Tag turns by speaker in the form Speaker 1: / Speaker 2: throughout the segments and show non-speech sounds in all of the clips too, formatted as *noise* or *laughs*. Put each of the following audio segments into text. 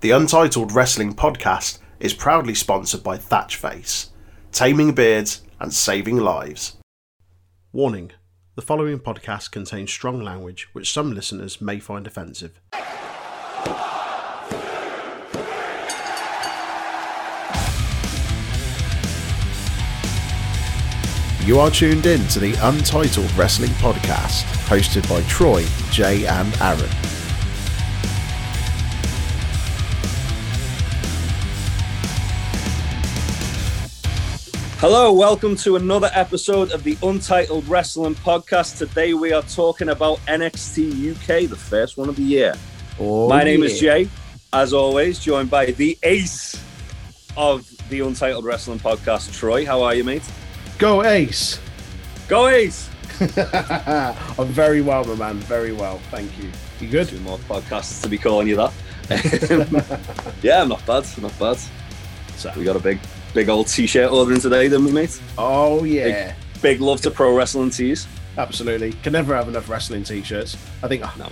Speaker 1: The Untitled Wrestling Podcast is proudly sponsored by Thatchface, taming beards and saving lives. Warning the following podcast contains strong language which some listeners may find offensive. You are tuned in to the Untitled Wrestling Podcast, hosted by Troy, Jay, and Aaron.
Speaker 2: Hello, welcome to another episode of the Untitled Wrestling Podcast. Today we are talking about NXT UK, the first one of the year.
Speaker 3: Oh,
Speaker 2: My name is
Speaker 3: yeah.
Speaker 2: Jay, as always, joined by the ace of the Untitled Wrestling Podcast, Troy. How are you, mate?
Speaker 3: Go Ace.
Speaker 2: Go ace!
Speaker 3: *laughs* I'm very well, my man. Very well. Thank you. You
Speaker 2: Two
Speaker 3: good?
Speaker 2: more podcasts to be calling you that.
Speaker 3: *laughs*
Speaker 2: yeah, I'm not bad, not bad. So we got a big, big old t-shirt ordering today, didn't we, mate?
Speaker 3: Oh yeah,
Speaker 2: Big love to pro wrestling tees.
Speaker 3: absolutely. Can never have enough wrestling t-shirts. I think uh,
Speaker 2: No.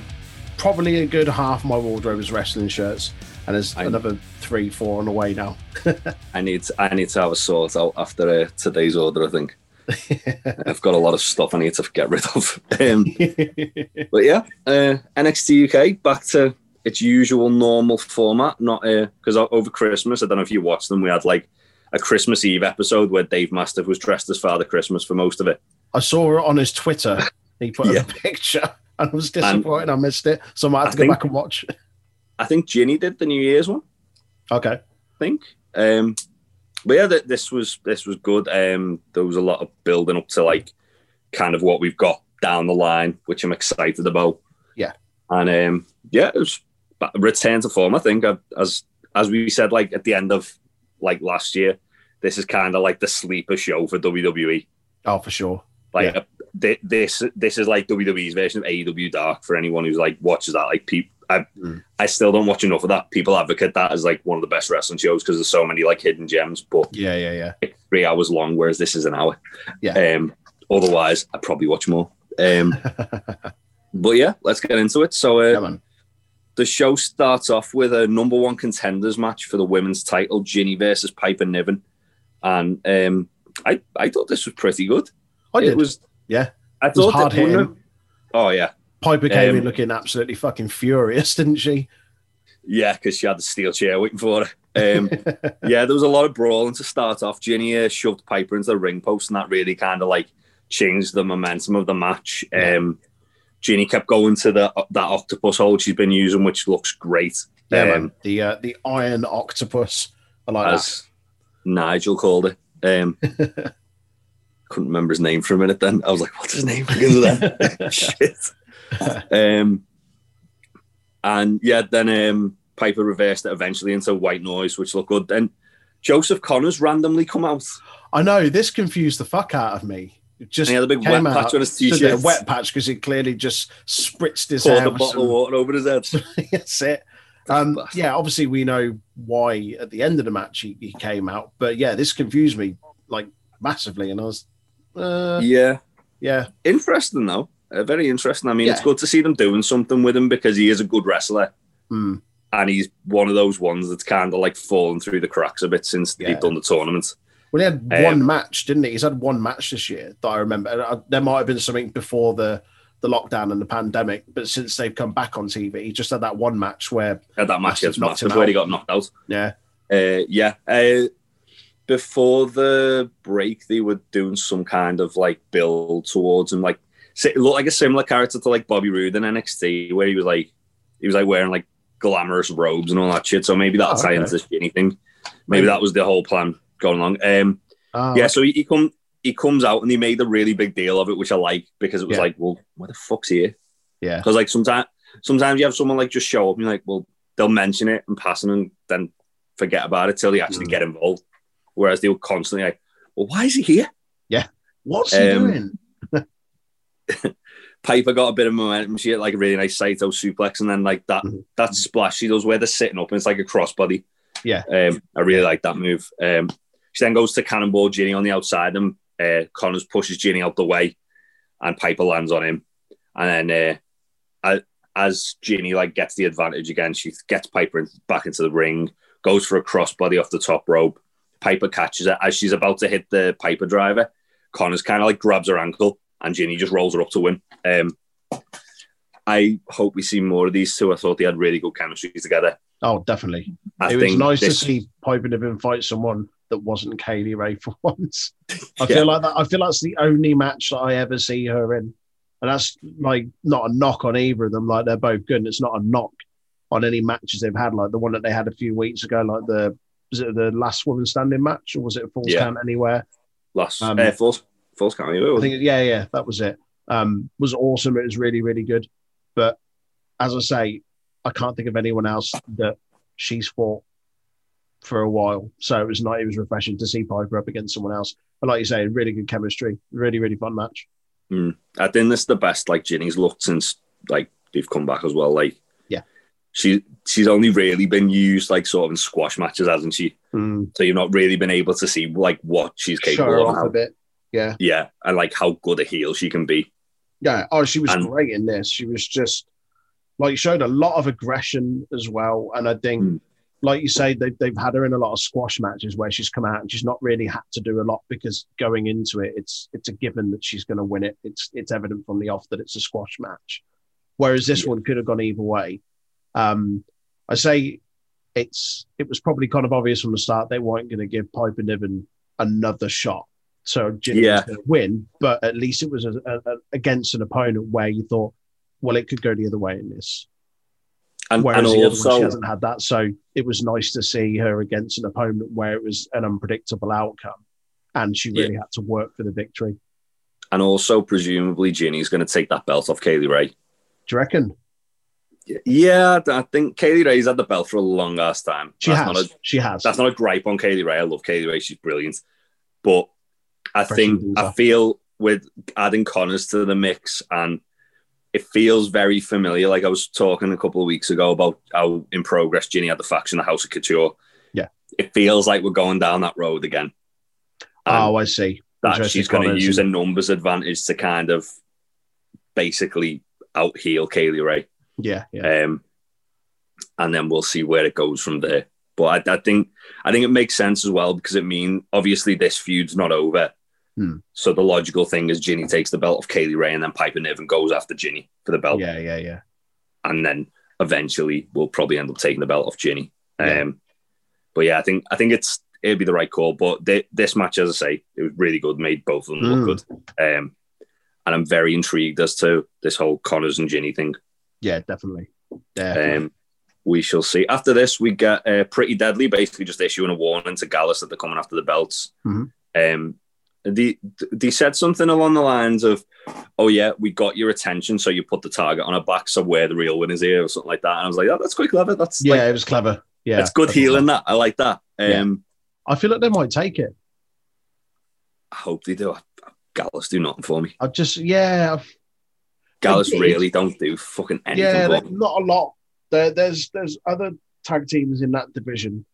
Speaker 3: probably a good half my wardrobe is wrestling shirts, and there's
Speaker 2: I-
Speaker 3: another three, four on the way now. *laughs*
Speaker 2: I need to, I need to have a sort out after uh, today's order. I think I've got a lot of stuff I need to get rid of. Um, but yeah, uh, NXT UK back to its usual normal format. Not because over Christmas, I don't know if you watched them. We had like a Christmas Eve episode where Dave Mastiff was dressed as Father Christmas for most of it.
Speaker 3: I saw it on his Twitter. He put
Speaker 2: Yeah.
Speaker 3: up a picture, and I was disappointed. I missed it, so I might
Speaker 2: I
Speaker 3: have to go
Speaker 2: think-
Speaker 3: back and watch.
Speaker 2: I think Ginny did the New Year's one.
Speaker 3: Okay.
Speaker 2: think. Um, but yeah, th- this was this was good. Um, there was a lot of building up to like kind of what we've got down the line, which I'm excited about.
Speaker 3: Yeah.
Speaker 2: and um, yeah, it was ba- return to form. I think I, as as we said, like at the end of like last year, this is kind of like the sleeper show for E. WWE.
Speaker 3: Oh, for sure.
Speaker 2: Like
Speaker 3: Yeah.
Speaker 2: uh, thi- this, this is like WWE's version of AEW Dark for anyone who's like watches that. Like people, I,
Speaker 3: Mm.
Speaker 2: I still don't watch enough of that. People advocate that as like one of the best wrestling shows because there's so many like hidden gems, but
Speaker 3: Yeah, yeah, yeah.
Speaker 2: it's three hours long, whereas this is an hour.
Speaker 3: Yeah.
Speaker 2: Um, otherwise, I probably watch more.
Speaker 3: *laughs*
Speaker 2: Um, but yeah, let's get into it. So uh,
Speaker 3: yeah man.
Speaker 2: the show starts off with a number one contenders match for the women's title, Ginny versus Piper Niven, and um, I I thought this was pretty good.
Speaker 3: I
Speaker 2: It
Speaker 3: did.
Speaker 2: was
Speaker 3: Yeah.
Speaker 2: I
Speaker 3: was
Speaker 2: thought that
Speaker 3: hard-hitting.
Speaker 2: wouldn't it- Oh yeah,
Speaker 3: Piper came
Speaker 2: um,
Speaker 3: in looking absolutely fucking furious, *laughs* didn't she?
Speaker 2: yeah, because she had the steel chair waiting for her.
Speaker 3: *laughs*
Speaker 2: Um, yeah, there was a lot of brawling to start off. Ginny uh, shoved Piper into the ring post, and that really kind of like changed the momentum of the match. Um, Ginny kept going to the that octopus hold she's been using, which looks great.
Speaker 3: Yeah,
Speaker 2: um,
Speaker 3: man. The uh, the iron octopus. I like that.
Speaker 2: as Nigel called it.
Speaker 3: *laughs*
Speaker 2: Um, couldn't remember his name for a minute. Then I was like, "What's
Speaker 3: *laughs*
Speaker 2: his name?" Because of that *laughs* shit. Um, and yeah, then um, Piper reversed it eventually into White Noise, which looked good. Then Joseph Connors randomly come out.
Speaker 3: I know this confused the fuck out of me. It
Speaker 2: And
Speaker 3: just
Speaker 2: he had a big wet
Speaker 3: came out,
Speaker 2: patch on his
Speaker 3: stood there,
Speaker 2: t-shirt.
Speaker 3: wet patch because he clearly just spritzed his
Speaker 2: poured
Speaker 3: hair.
Speaker 2: a
Speaker 3: with
Speaker 2: bottle of
Speaker 3: some-
Speaker 2: water over his head.
Speaker 3: *laughs* That's it. Um,
Speaker 2: Bastard.
Speaker 3: yeah, obviously we know why at the end of the match he, he came out, but yeah, this confused me like massively, and I was, uh,
Speaker 2: yeah,
Speaker 3: yeah,
Speaker 2: interesting though. Uh, very interesting. I mean, it's
Speaker 3: Yeah.
Speaker 2: good to see them doing something with him because he is a good wrestler.
Speaker 3: hmm,
Speaker 2: and he's one of those ones that's kind of like fallen through the cracks a bit since
Speaker 3: Yeah.
Speaker 2: they've done the tournament.
Speaker 3: Well, he had
Speaker 2: Um,
Speaker 3: one match, didn't he? He's had one match this year that I remember. And I, there might have been something before the the lockdown and the pandemic, but since they've come back on TV, he just had that one match where,
Speaker 2: Had that
Speaker 3: Must
Speaker 2: match
Speaker 3: have
Speaker 2: against
Speaker 3: knocked
Speaker 2: Mastiff
Speaker 3: him
Speaker 2: where
Speaker 3: out.
Speaker 2: he got knocked out.
Speaker 3: yeah,
Speaker 2: Uh, yeah. Uh, before the break, they were doing some kind of like build towards him, like si- it looked like a similar character to like Bobby Roode in NXT, where he was like he was like wearing like glamorous robes and all that shit. So maybe that'll
Speaker 3: Oh,
Speaker 2: tie
Speaker 3: okay.
Speaker 2: into this Ginny thing. Maybe
Speaker 3: Maybe.
Speaker 2: that was the whole plan going along. Um,
Speaker 3: oh,
Speaker 2: yeah, so he, he come he comes out and he made a really big deal of it, which I like because it was
Speaker 3: Yeah.
Speaker 2: like, well, where the fuck's he? here?
Speaker 3: Yeah.
Speaker 2: because like sometimes sometimes you have someone like just show up and you're like, well, they'll mention it and pass it and then forget about it till they actually
Speaker 3: Mm.
Speaker 2: get involved. Whereas they were constantly like, well, why is he here?
Speaker 3: what's he
Speaker 2: um,
Speaker 3: doing?
Speaker 2: Piper got a bit of momentum. She had like a really nice Saito suplex, and then like that
Speaker 3: Mhm.
Speaker 2: that splash she does where they're sitting up, and it's like a crossbody.
Speaker 3: Yeah.
Speaker 2: um, I really like that move. Um, she then goes to cannonball Ginny on the outside, and uh, Connors pushes Ginny out the way, and Piper lands on him, and then uh, I as Ginny like gets the advantage again, she gets Piper in, back into the ring, goes for a crossbody off the top rope. Piper catches her as she's about to hit the Piper driver. Connors kind of like grabs her ankle, and Ginny just rolls her up to win. Um, I hope we see more of these two. I thought they had really good chemistry together.
Speaker 3: Oh, definitely.
Speaker 2: I
Speaker 3: it was nice
Speaker 2: this-
Speaker 3: to see Piper Niven fight someone that wasn't Kaylee Ray for *laughs* once. I
Speaker 2: Yeah.
Speaker 3: feel like that. I feel that's the only match that I ever see her in, and that's like not a knock on either of them. Like they're both good. And it's not a knock on any matches they've had. Like the one that they had a few weeks ago, like the was it the last woman standing match or was it a falls
Speaker 2: Yeah.
Speaker 3: count anywhere?
Speaker 2: last
Speaker 3: Um,
Speaker 2: uh, false false count. anyway,
Speaker 3: I
Speaker 2: wasn't it?
Speaker 3: think yeah, yeah, that was it. Um, was awesome. It was really, really good. But as I say, I can't think of anyone else that she's fought for a while. So it was not. It was refreshing to see Piper up against someone else. But like you say, really good chemistry. Really, really fun match.
Speaker 2: I think this is the best like Ginny's looked since like they've come back as well. Like
Speaker 3: Yeah.
Speaker 2: she she's only really been used like sort of in squash matches, hasn't she? So you've not really been able to see like what she's
Speaker 3: Show her
Speaker 2: capable of.
Speaker 3: off a
Speaker 2: How,
Speaker 3: bit. Yeah,
Speaker 2: yeah, and like how good a heel she can be.
Speaker 3: yeah. Oh, she was
Speaker 2: And-
Speaker 3: great in this. She was just like showed a lot of aggression as well. And I think,
Speaker 2: Hmm.
Speaker 3: like you say, they, they've had her in a lot of squash matches where she's come out and she's not really had to do a lot because going into it, it's it's a given that she's going to win it. It's it's evident from the off that it's a squash match. Whereas this
Speaker 2: Yeah.
Speaker 3: one could have gone either way. Um, I say it's it was probably kind of obvious from the start they weren't going to give Piper Niven another shot. So Ginny was
Speaker 2: Yeah.
Speaker 3: going to win, but at least it was a, a, a- against an opponent where you thought, well, it could go the other way in this.
Speaker 2: And,
Speaker 3: Whereas
Speaker 2: and
Speaker 3: the other one, she
Speaker 2: also
Speaker 3: hasn't had that. So it was nice to see her against an opponent where it was an unpredictable outcome and she really had to work for the victory.
Speaker 2: and also presumably Ginny's gonna take that belt off Kaylee Ray.
Speaker 3: Do you reckon?
Speaker 2: Yeah, I th- I think Kaylee Ray's had the belt for a long ass time.
Speaker 3: She
Speaker 2: that's
Speaker 3: has.
Speaker 2: not a
Speaker 3: she has.
Speaker 2: that's not a gripe on Kaylee Ray. I love Kaylee Ray, she's brilliant. But I
Speaker 3: Fresh
Speaker 2: think
Speaker 3: and
Speaker 2: I
Speaker 3: easy.
Speaker 2: feel with adding Connors to the mix and it feels very familiar. Like I was talking a couple of weeks ago about how in progress Ginny had the faction, the House of Couture.
Speaker 3: Yeah.
Speaker 2: It feels like we're going down that road again. And
Speaker 3: oh, I see.
Speaker 2: that
Speaker 3: interesting
Speaker 2: she's going to
Speaker 3: comments
Speaker 2: use a
Speaker 3: and-
Speaker 2: numbers advantage to kind of basically out heel Kaylee Ray.
Speaker 3: Yeah. Yeah.
Speaker 2: Um, and then we'll see where it goes from there. But I, I think I think it makes sense as well because it mean obviously this feud's not over.
Speaker 3: Hmm.
Speaker 2: So the logical thing is Ginny takes the belt of Kaylee Ray and then Piper Niven goes after Ginny for the belt.
Speaker 3: Yeah. Yeah. Yeah.
Speaker 2: And then eventually we'll probably end up taking the belt off Ginny.
Speaker 3: Yeah.
Speaker 2: Um, but yeah, I think I think it's it'd be the right call. But thi- this match, as I say, it was really good, made both of them
Speaker 3: Hmm.
Speaker 2: look good. Um, and I'm very intrigued as to this whole Connors and Ginny thing.
Speaker 3: Yeah. Definitely. Definitely.
Speaker 2: Um, we shall see. After this, we get uh, pretty deadly, basically just issuing a warning to Gallus that they're coming after the belts.
Speaker 3: Mhm.
Speaker 2: Um, they they said something along the lines of, "Oh yeah, we got your attention, so you put the target on our back, so we're the real winners here," or something like that. And I was like, "Oh, that's quite clever. That's
Speaker 3: yeah.
Speaker 2: like,
Speaker 3: it was clever. Yeah.
Speaker 2: that's good
Speaker 3: that was
Speaker 2: healing. That I like that.
Speaker 3: Yeah.
Speaker 2: Um,
Speaker 3: I feel like they might take it.
Speaker 2: I hope they do. Gallus do nothing for me.
Speaker 3: I just, yeah, I've-
Speaker 2: Gallus
Speaker 3: did.
Speaker 2: really don't do fucking anything.
Speaker 3: yeah,
Speaker 2: for
Speaker 3: there-
Speaker 2: me.
Speaker 3: not a lot. There, there's there's other tag teams in that division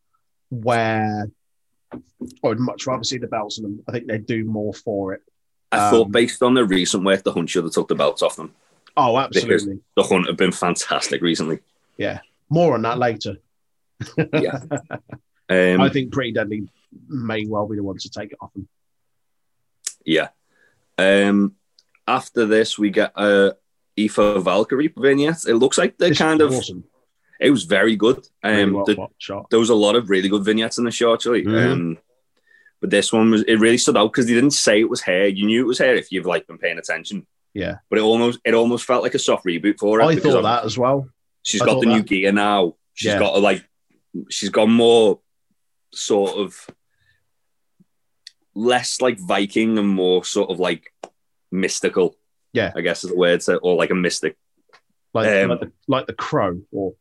Speaker 3: where I would much rather see the belts on them. I think they do more for it.
Speaker 2: I
Speaker 3: um,
Speaker 2: thought based on their recent work, the Hunt should have took the belts off them.
Speaker 3: Oh,
Speaker 2: absolutely.
Speaker 3: absolutely.
Speaker 2: The Hunt have been fantastic recently.
Speaker 3: More on that later.
Speaker 2: Um,
Speaker 3: I think Pretty Deadly may well be the ones to take it off them.
Speaker 2: Yeah. Um, after this, we get uh, Aoife Valkyrie vignette. It looks like they
Speaker 3: This
Speaker 2: kind
Speaker 3: was
Speaker 2: of.
Speaker 3: awesome.
Speaker 2: It was very good. Um,
Speaker 3: Really well
Speaker 2: the-
Speaker 3: shot- shot.
Speaker 2: there was a lot of really good vignettes in the show actually.
Speaker 3: Mhm.
Speaker 2: Um, but this one was it really stood out because they didn't say it was hair. You knew it was hair if you've like been paying attention.
Speaker 3: Yeah.
Speaker 2: But it almost it almost felt like a soft reboot for her.
Speaker 3: I
Speaker 2: because
Speaker 3: thought
Speaker 2: of-
Speaker 3: that as well.
Speaker 2: She's
Speaker 3: I
Speaker 2: got
Speaker 3: thought
Speaker 2: the new
Speaker 3: that.
Speaker 2: gear now. She's
Speaker 3: Yeah.
Speaker 2: got a, like she's got more sort of less like Viking and more sort of like mystical.
Speaker 3: Yeah.
Speaker 2: I guess is the word to, or like a mystic.
Speaker 3: Like,
Speaker 2: Um,
Speaker 3: like, the, like the crow or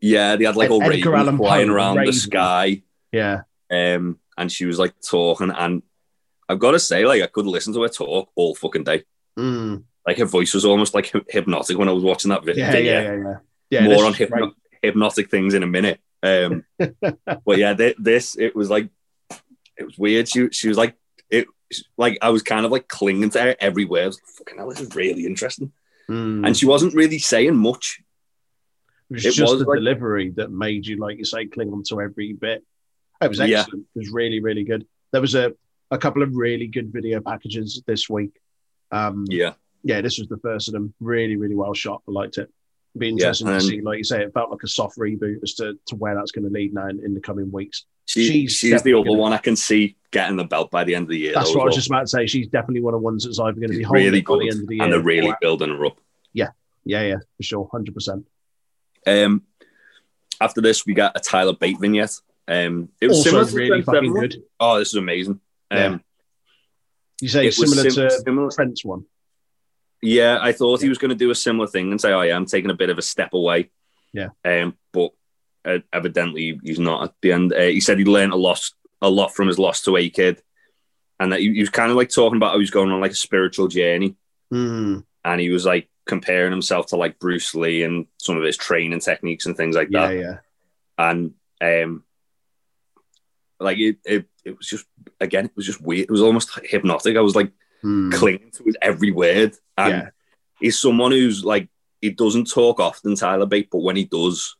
Speaker 2: Yeah, they had like
Speaker 3: Ed-
Speaker 2: all
Speaker 3: Edgar
Speaker 2: ravens
Speaker 3: Allan Poe,
Speaker 2: flying around the
Speaker 3: Raven.
Speaker 2: sky,
Speaker 3: yeah.
Speaker 2: um, and she was like talking. And I've got to say, like I could listen to her talk all fucking day.
Speaker 3: Mm.
Speaker 2: Like her voice was almost like hy- hypnotic when I was watching that vi-
Speaker 3: Yeah, yeah,
Speaker 2: video.
Speaker 3: yeah, yeah. Yeah, this
Speaker 2: more on
Speaker 3: is great. Mm.
Speaker 2: hypno- hypnotic things in a minute.
Speaker 3: *laughs*
Speaker 2: Um, but yeah, thi- this it was like it was weird. She she was like it like I was kind of like clinging to her every word. I was like, Fucking hell, this is really interesting.
Speaker 3: Mm.
Speaker 2: And she wasn't really saying much.
Speaker 3: It was
Speaker 2: It
Speaker 3: just
Speaker 2: was
Speaker 3: the
Speaker 2: like-
Speaker 3: delivery that made you, like you say, cling on to every bit. It was
Speaker 2: Yeah.
Speaker 3: excellent. It was really, really good. There was a, a couple of really good video packages this week. Um,
Speaker 2: Yeah.
Speaker 3: yeah, this was the first of them. Really, really well shot. I liked it. It'd be interesting
Speaker 2: and-
Speaker 3: to see, like you say, it felt like a soft reboot as to, to where that's going to lead now in, in the coming weeks.
Speaker 2: She,
Speaker 3: She's
Speaker 2: she's, the
Speaker 3: definitely
Speaker 2: other
Speaker 3: gonna-
Speaker 2: one I can see getting the belt by the end of the year.
Speaker 3: That's
Speaker 2: though,
Speaker 3: what I was
Speaker 2: as
Speaker 3: just about to say. She's definitely one of the ones that's either going
Speaker 2: well.
Speaker 3: to be
Speaker 2: She's
Speaker 3: holding
Speaker 2: really
Speaker 3: by
Speaker 2: good,
Speaker 3: the end of the year.
Speaker 2: and they're really
Speaker 3: or-
Speaker 2: building her up.
Speaker 3: yeah, yeah, for sure, hundred percent.
Speaker 2: Um, after this, we got a Tyler Bate vignette. Um, it was
Speaker 3: Also,
Speaker 2: similar to
Speaker 3: really
Speaker 2: Trent's
Speaker 3: fucking
Speaker 2: Everyone.
Speaker 3: good.
Speaker 2: Oh, this is amazing. Um,
Speaker 3: Yeah. You say
Speaker 2: it was
Speaker 3: similar
Speaker 2: sim-
Speaker 3: to
Speaker 2: similar-
Speaker 3: Trent's one.
Speaker 2: Yeah, I thought
Speaker 3: Yeah.
Speaker 2: he was going to do a similar thing and say, "Oh yeah, I'm taking a bit of a step away."
Speaker 3: Yeah.
Speaker 2: Um, but uh, evidently he's not at the end. Uh, he said he learned a lot, a lot from his loss to a kid, and that he, he was kind of like talking about how he's going on like a spiritual journey,
Speaker 3: Mm,
Speaker 2: and he was like comparing himself to like Bruce Lee and some of his training techniques and things like
Speaker 3: yeah,
Speaker 2: that.
Speaker 3: yeah,
Speaker 2: And um, like it, it, it was just again, it was just weird. It was almost hypnotic. I was like
Speaker 3: Mm,
Speaker 2: clinging to his every word, and
Speaker 3: yeah,
Speaker 2: he's someone who's like he doesn't talk often, Tyler Bate, but when he does,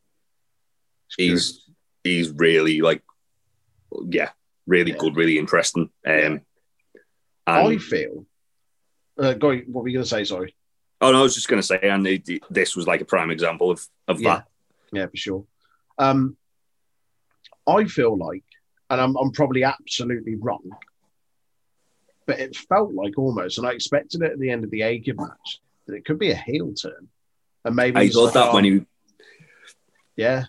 Speaker 3: it's good.
Speaker 2: he's he's really like yeah, really
Speaker 3: Yeah.
Speaker 2: good, really interesting. Um and,
Speaker 3: I feel. Uh, going, what were you going to say? Sorry.
Speaker 2: oh no, I was just gonna say, and they, this was like a prime example of of
Speaker 3: Yeah.
Speaker 2: that.
Speaker 3: Yeah, for sure. Um, I feel like, and I'm, I'm probably absolutely wrong, but it felt like almost, and I expected it at the end of the A give match that it could be a heel turn, and maybe
Speaker 2: I
Speaker 3: it's
Speaker 2: thought
Speaker 3: like,
Speaker 2: that
Speaker 3: oh,
Speaker 2: when he
Speaker 3: yeah,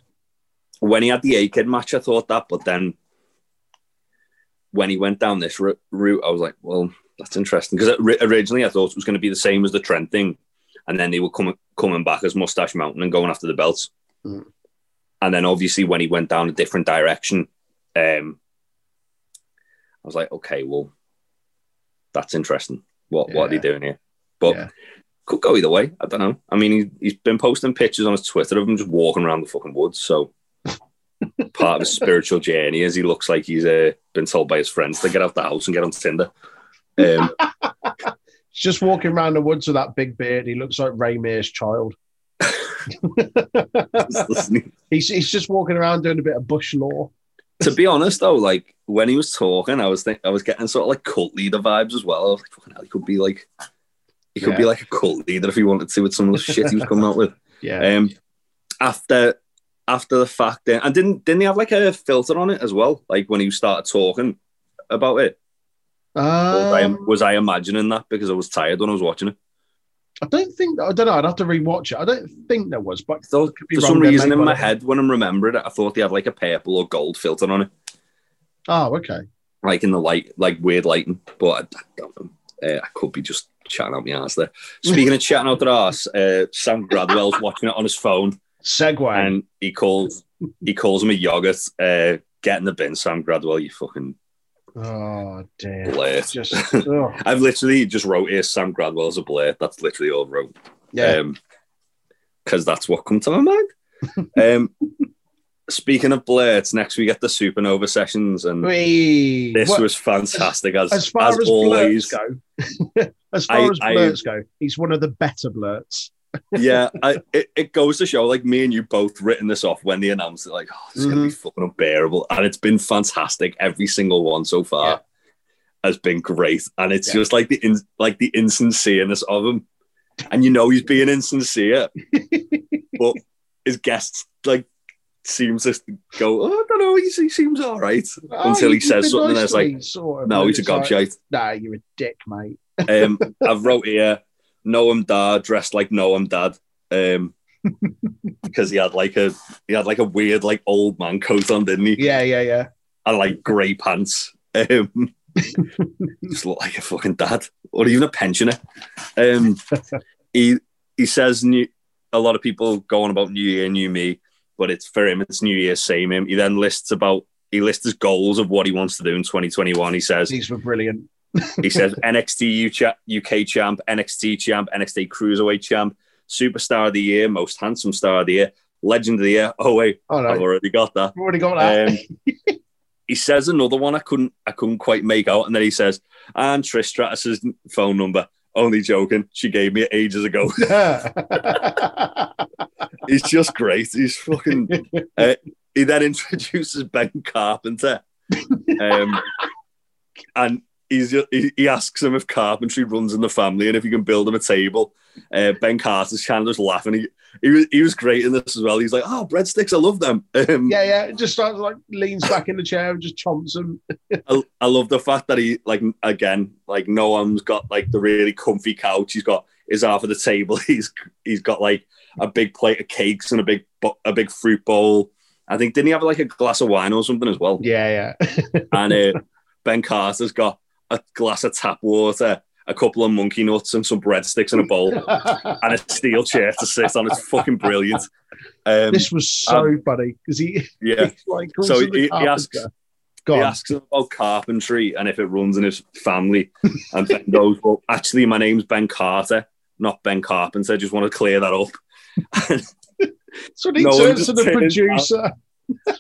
Speaker 2: when he had the A kid match, I thought that, but then when he went down this ru- route, I was like, well, that's interesting because originally I thought it was going to be the same as the Trent thing, and then they were coming coming back as Mustache Mountain and going after the belts,
Speaker 3: Mm.
Speaker 2: and then obviously when he went down a different direction, um, I was like, okay, well, that's interesting. What what are they
Speaker 3: Yeah.
Speaker 2: doing here? But
Speaker 3: Yeah.
Speaker 2: could go either way. I don't know. I mean, he, he's been posting pictures on his Twitter of him just walking around the fucking woods.
Speaker 3: *laughs*
Speaker 2: So part of his spiritual journey is he looks like he's uh, been told by his friends to get out the house and get on Tinder.
Speaker 3: *laughs*
Speaker 2: Um, *laughs*
Speaker 3: he's just walking around the woods with that big beard. He looks like Ray Mears' child. he's, he's just walking around doing a bit of bush law.
Speaker 2: to be honest, though, like when he was talking, I was think I was getting sort of like cult leader vibes as well. I was like, fucking hell, he could be like, he could be
Speaker 3: Yeah.
Speaker 2: like a cult leader if he wanted to with some of the shit he was coming out with.
Speaker 3: *laughs* Yeah,
Speaker 2: Um, after after the fact, then and didn't didn't he have like a filter on it as well? Like when he started talking about it, was, I,
Speaker 3: um,
Speaker 2: was I imagining that because I was tired when I was watching it?
Speaker 3: I don't think I don't know. I'd have to rewatch it. I don't think there was, but
Speaker 2: I thought
Speaker 3: could be
Speaker 2: for
Speaker 3: wrong
Speaker 2: some
Speaker 3: then,
Speaker 2: reason
Speaker 3: mate,
Speaker 2: in
Speaker 3: but
Speaker 2: my
Speaker 3: I-
Speaker 2: head when I'm remembering it, I thought they had like a purple or gold filter on it,
Speaker 3: oh, okay.
Speaker 2: like in the light, like weird lighting. But I, I don't know. Uh, I could be just chatting out my ass
Speaker 3: *laughs*
Speaker 2: there. Speaking of chatting out their ass, uh, Sam Gradwell's watching it on his phone.
Speaker 3: Segway.
Speaker 2: and he calls he calls him a yogurt. Uh, get in the bin, Sam Gradwell. You fucking
Speaker 3: Oh damn!
Speaker 2: blurt. *laughs*
Speaker 3: Just oh,
Speaker 2: I've literally just wrote here Sam Gradwell's a blurt. That's literally all I wrote.
Speaker 3: yeah.
Speaker 2: because that's what come to my mind.
Speaker 3: *laughs*
Speaker 2: um, speaking of blurts, next we get the supernova sessions, and
Speaker 3: Wee.
Speaker 2: Um, this
Speaker 3: Well,
Speaker 2: was fantastic as
Speaker 3: as
Speaker 2: as,
Speaker 3: far as,
Speaker 2: always.
Speaker 3: blurts go. *laughs* as far
Speaker 2: I-
Speaker 3: as
Speaker 2: I-
Speaker 3: blurts go, he's one of the better blurts.
Speaker 2: yeah, I, it, it goes to show like me and you both written this off when they announced it, like, oh, this is gonna be
Speaker 3: Mm-hmm.
Speaker 2: fucking unbearable. And it's been fantastic. Every single one so far
Speaker 3: Yeah.
Speaker 2: has been great. And it's
Speaker 3: Yeah.
Speaker 2: just like the in, like the insincereness of him. And you know he's
Speaker 3: *laughs*
Speaker 2: being insincere, but his guests like seems to go, oh, I don't know, he, he seems all right.
Speaker 3: Oh,
Speaker 2: Until he
Speaker 3: you've
Speaker 2: says
Speaker 3: been
Speaker 2: something
Speaker 3: nice
Speaker 2: that's
Speaker 3: to
Speaker 2: like,
Speaker 3: me, sort of,
Speaker 2: No,
Speaker 3: and
Speaker 2: he's a
Speaker 3: it's like,
Speaker 2: gobshite.
Speaker 3: Nah, you're a dick, mate.
Speaker 2: Um, I've wrote here, Noam Dad dressed like Noam Dad, um, because he had like a he had like a weird like old man coat on, didn't he?
Speaker 3: Yeah, yeah, yeah.
Speaker 2: And like grey pants. Um, *laughs* just looked like a fucking dad or even a pensioner. Um, he he says new, a lot of people go on about New Year, New Me, but it's for him it's New Year, same him. He then lists about he lists his goals of what he wants to do in 2021. He says
Speaker 3: These were brilliant.
Speaker 2: he says NXT U- UK champ, NXT champ, NXT Cruiserweight champ, Superstar of the Year, Most Handsome Star of the Year, Legend of the Year. Oh wait,
Speaker 3: Oh no,
Speaker 2: I've
Speaker 3: we've
Speaker 2: already got that.
Speaker 3: already got that.
Speaker 2: Um, he says another one I couldn't I couldn't quite make out, and then he says, "And Trish Stratus's Um, phone number." Only joking. She gave me it ages ago. he's just great. He's fucking. uh, he then introduces Ben Carpenter, um, and he's just, he, he asks him if carpentry runs in the family and if he can build him a table. Uh, ben Carter's kind of just laughing. He, he was he was great in this as well. He's like, oh, breadsticks, I love them.
Speaker 3: *laughs*
Speaker 2: Um,
Speaker 3: yeah, yeah. Just starts like leans back in the chair and just chomps him.
Speaker 2: I, I love the fact that he like again like Noam's got like the really comfy couch. He's got his half of the table. *laughs* He's he's got like a big plate of cakes and a big bo- a big fruit bowl. I think didn't he have like a glass of wine or something as well?
Speaker 3: Yeah, yeah. *laughs*
Speaker 2: And uh, Ben Carter's got a glass of tap water, a couple of monkey nuts, and some breadsticks in
Speaker 3: *laughs*
Speaker 2: a bowl, and a steel chair to sit on. It's fucking brilliant. Um,
Speaker 3: this was so funny because he *laughs*
Speaker 2: yeah.
Speaker 3: he's like
Speaker 2: So
Speaker 3: calls
Speaker 2: he,
Speaker 3: him the
Speaker 2: he asks
Speaker 3: carpenter. Go
Speaker 2: he
Speaker 3: on.
Speaker 2: asks him about carpentry and if it runs in his family. And
Speaker 3: *laughs*
Speaker 2: Ben goes, Well, actually, my name's Ben Carter, not Ben Carpenter. Just want to clear that up.
Speaker 3: So he
Speaker 2: No one
Speaker 3: turns to
Speaker 2: just
Speaker 3: the
Speaker 2: turns
Speaker 3: producer.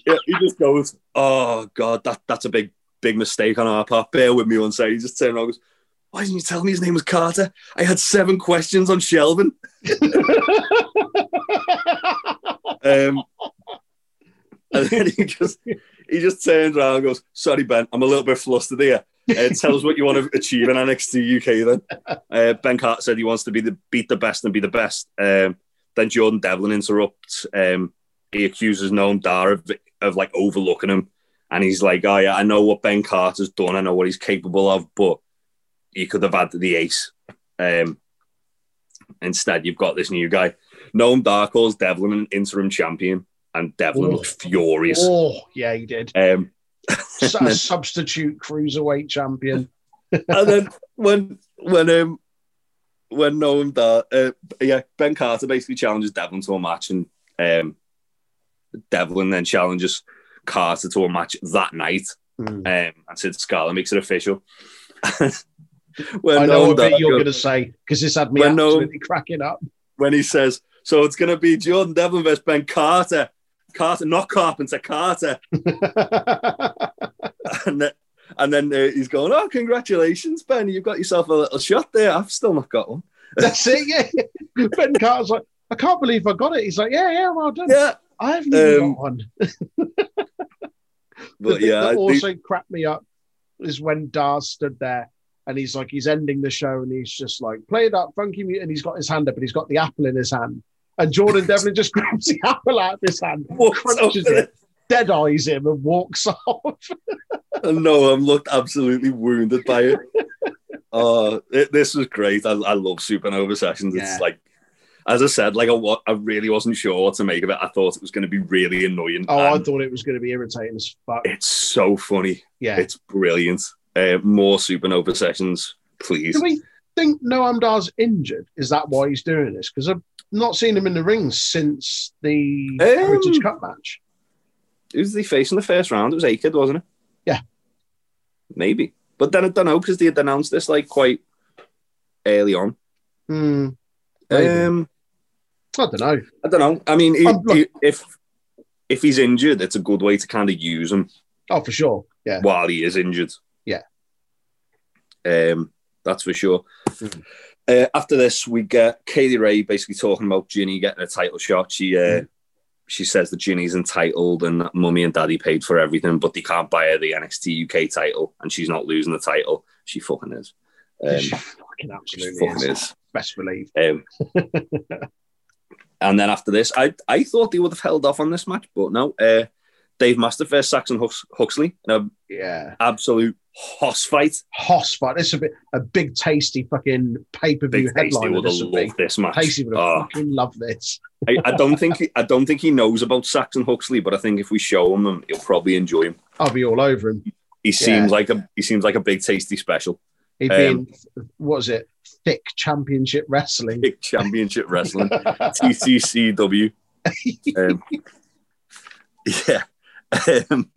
Speaker 2: Yeah, he just goes, "Oh God, that that's a big big mistake on our part. Bear with me one second. He just turned around and goes, "Why didn't you tell me his name was Carter? I had seven questions
Speaker 3: *laughs*
Speaker 2: on shelving." um, and then he just he just turns around and goes, "Sorry, Ben, I'm a little bit flustered here." Uh, tell us what you want to achieve in NXT UK. Then uh, Ben Carter said he wants to be the beat the best and be the best. Um, then Jordan Devlin interrupts. Um, he accuses Noam Dar of, of like overlooking him. And he's like, oh, yeah, I know what Ben Carter's done. I know what he's capable of, but he could have had the ace. Um, instead, you've got this new guy. Noam Dar calls Devlin an interim champion, and Devlin
Speaker 3: Oh.
Speaker 2: was furious.
Speaker 3: Oh, yeah, he
Speaker 2: *laughs*
Speaker 3: did.
Speaker 2: Um,
Speaker 3: So a substitute cruiserweight champion.
Speaker 2: and then when when um when Noam Dar uh, yeah Ben Carter basically challenges Devlin to a match and um Devlin then challenges Carter to a match that night
Speaker 3: Hmm.
Speaker 2: um and Sid Scarlett makes it official. *laughs* when
Speaker 3: I know
Speaker 2: Noam
Speaker 3: a bit
Speaker 2: Dar
Speaker 3: you're
Speaker 2: goes-
Speaker 3: going to say because this had me
Speaker 2: Well, no.
Speaker 3: absolutely cracking up. *laughs*
Speaker 2: when he says so it's gonna be Jordan Devlin versus Ben Carter. Carter, not Carpenter, Carter. *laughs* and then, and then uh, he's going, "Oh, congratulations, Ben! You've got yourself a little shot there. I've still not got one."
Speaker 3: That's it. Yeah. *laughs* Ben Carter's like, I can't believe I got it. He's like, Yeah, yeah, well done.
Speaker 2: Yeah,
Speaker 3: I haven't even
Speaker 2: Um,
Speaker 3: got one. The
Speaker 2: but
Speaker 3: thing
Speaker 2: yeah, I
Speaker 3: that
Speaker 2: think-
Speaker 3: also cracked me up is when Daz stood there and he's like, he's ending the show and he's just like, play that funky music. And he's got his hand up and he's got the apple in his hand. And Jordan
Speaker 2: *laughs*
Speaker 3: Devlin just grabs the apple out of his hand,
Speaker 2: Walks
Speaker 3: crunches
Speaker 2: over *laughs* Um,
Speaker 3: it, dead eyes him, and walks *laughs* off.
Speaker 2: and no, I'm looked absolutely wounded
Speaker 3: *laughs*
Speaker 2: by it. Oh, it- this was great. I, I love supernova sessions.
Speaker 3: Yeah.
Speaker 2: It's like, as I said, like I, wa- I really wasn't sure what to make of it. I thought it was going to be really annoying.
Speaker 3: Oh, I
Speaker 2: and
Speaker 3: thought it was going to be irritating as fuck.
Speaker 2: it's so funny.
Speaker 3: Yeah.
Speaker 2: It's brilliant. Uh, more supernova sessions, please.
Speaker 3: Do we think Noam Dar's injured? Is that why he's doing this? Because I've not seen him in the ring since the
Speaker 2: Um,
Speaker 3: Heritage Cup match.
Speaker 2: Who did they face in the first round? It was Akid, wasn't it?
Speaker 3: Yeah.
Speaker 2: Maybe. But then I don't know because they had announced this like quite early on.
Speaker 3: Hmm, Maybe.
Speaker 2: Um,
Speaker 3: I don't know.
Speaker 2: I don't know. I mean, he-
Speaker 3: Um, look-
Speaker 2: he- if if he's injured, it's a good way to kind of use him
Speaker 3: Oh, for sure. Yeah.
Speaker 2: while he is injured.
Speaker 3: Yeah.
Speaker 2: Um, that's for sure.
Speaker 3: Mm-hmm.
Speaker 2: Uh, after this, we get Kaylee Ray basically talking about Ginny getting a title shot. She uh,
Speaker 3: Mm-hmm.
Speaker 2: she says that Ginny's entitled and that mummy and daddy paid for everything, but they can't buy her the NXT UK title, and she's not losing the title. She fucking is. Um,
Speaker 3: She
Speaker 2: she
Speaker 3: fucking absolutely
Speaker 2: fucking
Speaker 3: is.
Speaker 2: is.
Speaker 3: Best believe.
Speaker 2: Um, and then after this, I I thought they would have held off on this match, but no. Uh, Dave Master versus Saxon Hux- Huxley in an
Speaker 3: Yeah.
Speaker 2: absolute hoss fight.
Speaker 3: Hoss fight. This would be a big, tasty fucking pay per view
Speaker 2: Big Tasty
Speaker 3: headline.
Speaker 2: would have
Speaker 3: This would be.
Speaker 2: loved this match.
Speaker 3: Tasty would have
Speaker 2: Oh,
Speaker 3: *laughs* fucking loved this.
Speaker 2: I, I don't think he, I don't think he knows about Saxon Huxley, but I think if we show him, um, he'll probably enjoy him.
Speaker 3: I'll be all over him.
Speaker 2: He seems like a he seems like a big tasty special.
Speaker 3: He'd be
Speaker 2: Um,
Speaker 3: in, what is it, thick championship wrestling.
Speaker 2: Big championship wrestling. TCCW. Um, yeah. Um,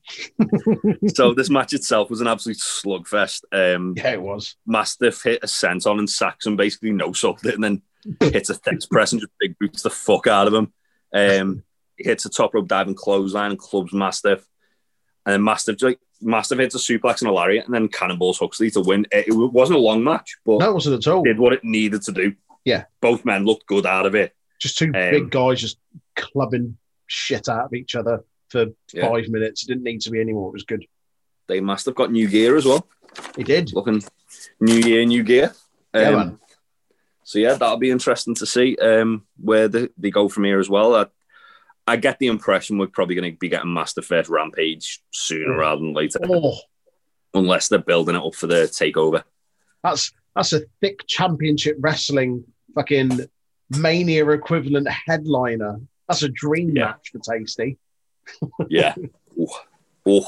Speaker 2: so this match itself was an absolute slugfest. Um,
Speaker 3: yeah, it was.
Speaker 2: Mastiff hit a scent on and Saxon basically no sold it and then hits a thanks press and just big boots the fuck out of him. Um, he hits a top rope dive and clothesline and clubs Mastiff. And then Mastiff like Mastiff hits a suplex and a lariat and then cannonballs Huxley to win. It, it wasn't a long match, but
Speaker 3: No, it wasn't at all.
Speaker 2: did what it needed to do.
Speaker 3: Yeah.
Speaker 2: Both men looked good out of it.
Speaker 3: Just two
Speaker 2: um,
Speaker 3: big guys just clubbing shit out of each other for
Speaker 2: Yeah.
Speaker 3: five minutes. It didn't need to be anymore. It was good.
Speaker 2: They must have got new gear as well.
Speaker 3: He did.
Speaker 2: Looking new year, new gear. Um,
Speaker 3: yeah, man.
Speaker 2: So yeah, that'll be interesting to see um, where the, they go from here as well. I, I get the impression we're probably going to be getting Master Fed Rampage sooner
Speaker 3: Mm.
Speaker 2: rather than later,
Speaker 3: Oh,
Speaker 2: unless they're building it up for the takeover.
Speaker 3: that's that's a thick championship wrestling fucking mania equivalent headliner. That's a dream
Speaker 2: Yeah.
Speaker 3: match for Tasty. *laughs*
Speaker 2: Yeah. Ooh. Ooh.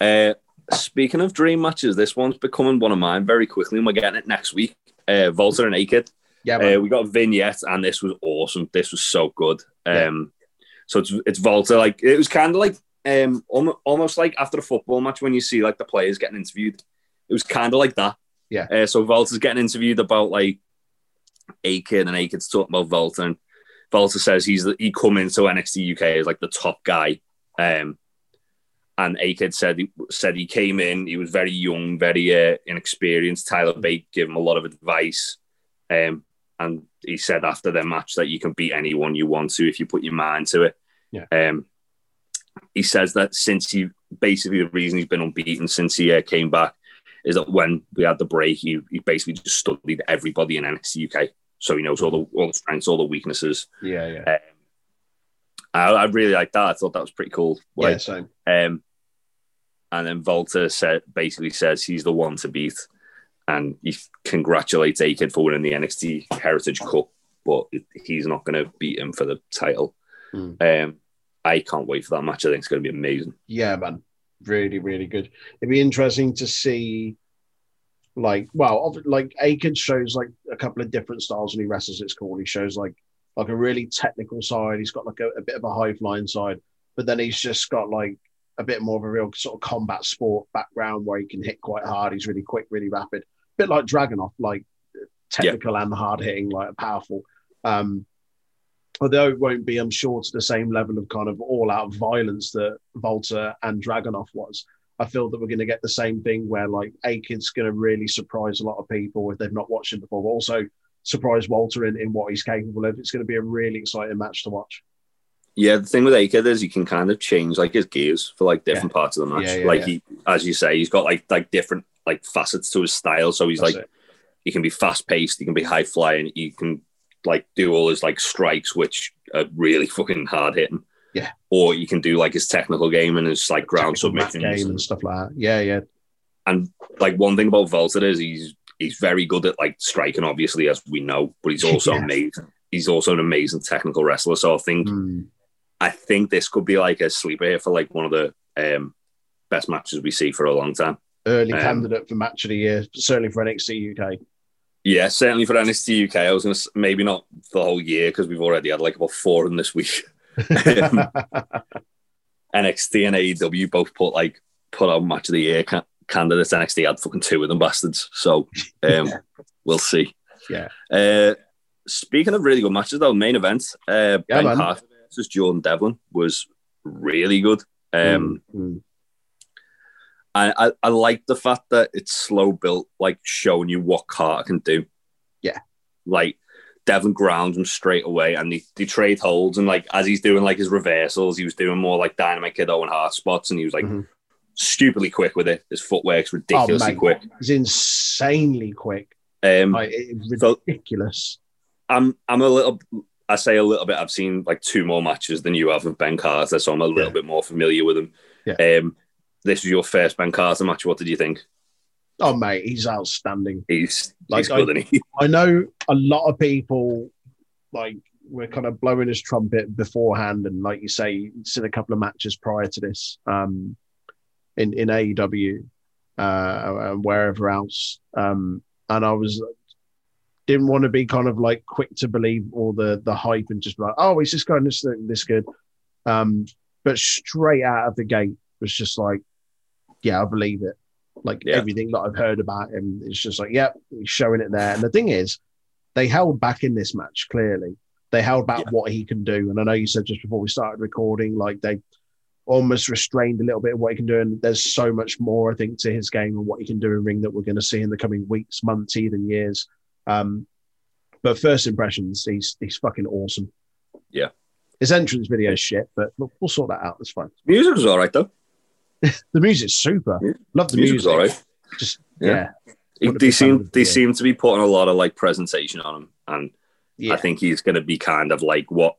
Speaker 2: Uh, speaking of dream matches, this one's becoming one of mine very quickly, and we're getting it next week. Uh, Volta and Akid.
Speaker 3: Yeah, man.
Speaker 2: Uh, we got a vignette, and this was awesome. This was so good. Um, So it's it's Volta. Like it was kind of like um almo- almost like after a football match when you see like the players getting interviewed. It was kind of like that.
Speaker 3: Yeah.
Speaker 2: Uh, so Volta's getting interviewed about like Akid, and Akid's talking about Volta, and Volta says he's the, he come into NXT UK as like the top guy. Um, and Akid said he, said he came in. He was very young, very uh, inexperienced. Tyler Bate gave him a lot of advice. Um, and he said after their match that you can beat anyone you want to if you put your mind to it.
Speaker 3: Yeah.
Speaker 2: Um, he says that since he basically the reason he's been unbeaten since he uh, came back is that when we had the break, he, he basically just studied everybody in NXT UK, so he knows all the all the strengths, all the weaknesses.
Speaker 3: yeah, yeah.
Speaker 2: I, I really like that. I thought that was pretty cool. Like,
Speaker 3: yeah, same.
Speaker 2: um, and then Volta said, basically says he's the one to beat, and he f- congratulates Akid for winning the NXT Heritage Cup, but he's not going to beat him for the title.
Speaker 3: Mm.
Speaker 2: Um, I can't wait for that match. I think it's going to be amazing.
Speaker 3: Yeah, man. Really, really good. It'd be interesting to see, like, well, ob- like Aiken shows like a couple of different styles when he wrestles. It's cool. He shows like like a really technical side. He's got like a, a bit of a high flying side, but then he's just got like a bit more of a real sort of combat sport background where he can hit quite hard. He's really quick, really rapid. bit like Dragonoff, like technical and hard hitting, like powerful. Um, although it won't be, I'm sure, to the same level of kind of all out violence that Volta and Dragonoff was. I feel that we're going to get the same thing where like Akin's going to really surprise a lot of people if they've not watched him before, but also surprise Walter in, in what he's capable of. It's going to be a really exciting match to watch.
Speaker 2: Yeah, the thing with Akid is he can kind of change like his gears for like different parts of the match.
Speaker 3: Yeah, yeah,
Speaker 2: like
Speaker 3: yeah.
Speaker 2: he, as you say, he's got like like different like facets to his style. So he's
Speaker 3: That's
Speaker 2: like
Speaker 3: it.
Speaker 2: he can be fast paced, he can be high flying, he can like do all his like strikes, which are really fucking hard hitting.
Speaker 3: Yeah.
Speaker 2: Or you can do like his technical game and his like ground
Speaker 3: Technical mat
Speaker 2: submissions.
Speaker 3: game and
Speaker 2: And,
Speaker 3: stuff like that. Yeah, yeah,
Speaker 2: like one thing about Volta is he's he's very good at like striking, obviously, as we know,
Speaker 3: *laughs*
Speaker 2: but he's also
Speaker 3: Yeah.
Speaker 2: amazing. He's also an amazing technical wrestler. So I think
Speaker 3: Mm.
Speaker 2: I think this could be like a sleeper here for like one of the um, best matches we see for a long time.
Speaker 3: early
Speaker 2: Um,
Speaker 3: candidate for match of the year, certainly for NXT
Speaker 2: *laughs*
Speaker 3: UK.
Speaker 2: Yeah, certainly for NXT UK. I was gonna s- maybe not the whole year because we've already had like about four in
Speaker 3: *laughs*
Speaker 2: this week. *laughs* Um, NXT and AEW both put like put out match of the year ca- candidates. NXT had fucking two of them bastards. So
Speaker 3: *laughs*
Speaker 2: um, we'll see.
Speaker 3: Yeah.
Speaker 2: Uh, speaking of really good matches though, main event uh,
Speaker 3: Yeah,
Speaker 2: Ben
Speaker 3: man.
Speaker 2: Hart versus Jordan Devlin was really good. Um,
Speaker 3: *laughs* Mm.
Speaker 2: I, I I like the fact that it's slow built, like showing you what Carter can do.
Speaker 3: Yeah.
Speaker 2: Like Devlin grounds him straight away and they, they trade holds and like as he's doing like his reversals, he was doing more like dynamite kid Owen Hart spots and he was like
Speaker 3: Mhm.
Speaker 2: stupidly quick with it. His footwork's ridiculously
Speaker 3: Oh, mate.
Speaker 2: quick.
Speaker 3: It's insanely quick.
Speaker 2: Um
Speaker 3: Like, it- it's
Speaker 2: So-
Speaker 3: ridiculous.
Speaker 2: I'm I'm a little I say a little bit. I've seen like two more matches than you have of Ben Carter, so I'm a little
Speaker 3: Yeah.
Speaker 2: bit more familiar with him.
Speaker 3: Yeah.
Speaker 2: Um this was your first Ben Carter match. What did you think?
Speaker 3: Oh mate, he's outstanding.
Speaker 2: He's
Speaker 3: Like,
Speaker 2: he's good,
Speaker 3: I-
Speaker 2: isn't he? *laughs*
Speaker 3: I know a lot of people like were kind of blowing his trumpet beforehand, and like you say, he's in a couple of matches prior to this, um, in in AEW uh, and wherever else. Um, and I was didn't want to be kind of like quick to believe all the the hype and just be like, oh, he's just going this this good. Um, but straight out of the gate was just like, yeah, I believe it. Like
Speaker 2: Yeah.
Speaker 3: everything that I've heard about him, it's just like, yep, he's showing it there. And the thing is, they held back in this match. Clearly, they held back
Speaker 2: Yeah.
Speaker 3: what he can do. And I know you said just before we started recording, like they almost restrained a little bit of what he can do. And there's so much more, I think, to his game and what he can do in ring that we're going to see in the coming weeks, months, even years. Um, But first impressions, he's he's fucking awesome.
Speaker 2: Yeah.
Speaker 3: His entrance video is shit, but look, we'll sort that out. That's fine.
Speaker 2: Music was all right though.
Speaker 3: The music's super.
Speaker 2: Yeah.
Speaker 3: Love the
Speaker 2: music
Speaker 3: music.
Speaker 2: was all right.
Speaker 3: Just
Speaker 2: Yeah.
Speaker 3: yeah.
Speaker 2: He-
Speaker 3: Would've
Speaker 2: they
Speaker 3: been fun
Speaker 2: seem
Speaker 3: with
Speaker 2: they
Speaker 3: the-
Speaker 2: seem to be putting a lot of like presentation on him, and
Speaker 3: Yeah.
Speaker 2: I think he's going to be kind of like what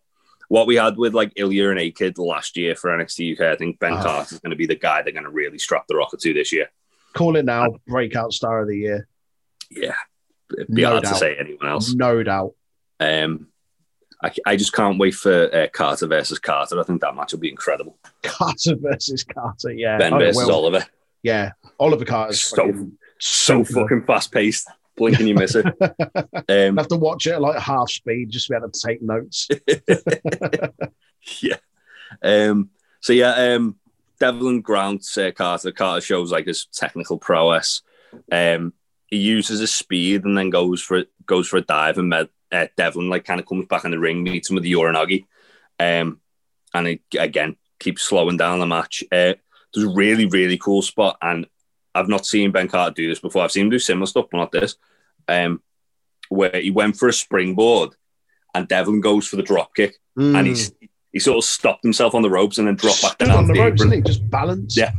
Speaker 2: what we had with like Ilya and Akid last year for NXT UK. I think Ben
Speaker 3: Oh.
Speaker 2: Carter's is going to be the guy they're going to really strap the rocket to this year.
Speaker 3: Call it now, breakout star of the year.
Speaker 2: Yeah, it'd be
Speaker 3: No
Speaker 2: hard
Speaker 3: doubt. Mm.
Speaker 2: to say anyone else.
Speaker 3: No doubt.
Speaker 2: Um, I, I just can't wait for uh, Carter versus Carter. I think that match will be incredible.
Speaker 3: Carter *laughs* versus Carter. Yeah.
Speaker 2: ben
Speaker 3: Oh,
Speaker 2: versus
Speaker 3: well,
Speaker 2: Oliver.
Speaker 3: Yeah. Oliver Carter's
Speaker 2: So-
Speaker 3: fucking-
Speaker 2: So fucking fast paced. Blink and you miss it.
Speaker 3: *laughs* I'd
Speaker 2: Um,
Speaker 3: have to watch it at like half speed just to be able to take notes.
Speaker 2: *laughs* yeah. Um, so yeah, um, Devlin Grant's uh, Carter. Carter shows like his technical prowess. Um, he uses his speed and then goes for goes for a dive, and Med, uh, Devlin like kind of comes back in the ring, meets him with the Uranagi, um, and he, again keeps slowing down the match. Uh, there's a really really cool spot, and I've not seen Ben Carter do this before. I've seen him do similar stuff, but not this. Um, where he went for a springboard, and Devlin goes for the drop kick
Speaker 3: Mm.
Speaker 2: *laughs* and he's he sort of stopped himself on the ropes and then dropped back
Speaker 3: Stood
Speaker 2: down
Speaker 3: on
Speaker 2: to
Speaker 3: the
Speaker 2: the
Speaker 3: ropes,
Speaker 2: apron.
Speaker 3: didn't he? Just balance.
Speaker 2: Yeah.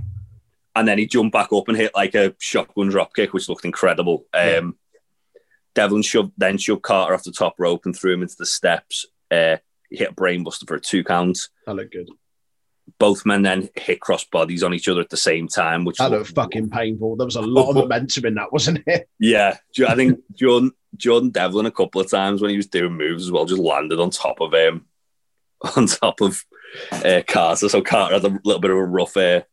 Speaker 2: and then he jumped back up and hit like a shotgun drop kick, which looked incredible.
Speaker 3: Yeah.
Speaker 2: Um, Devlin shoved then shoved Carter off the top rope and threw him into the steps. Uh, he hit a brainbuster for a two count.
Speaker 3: That looked good.
Speaker 2: Both men then hit cross bodies on each other at the same time, which
Speaker 3: That looked
Speaker 2: looked-
Speaker 3: fucking painful. There was a lot of momentum in that, wasn't
Speaker 2: *laughs*
Speaker 3: it?
Speaker 2: Yeah, Ju- I think *laughs* Jordan Jordan Devlin a couple of times when he was doing moves as well just landed on top of him, *laughs* on top of uh, Carter. So Carter had a little bit of a rough uh, air.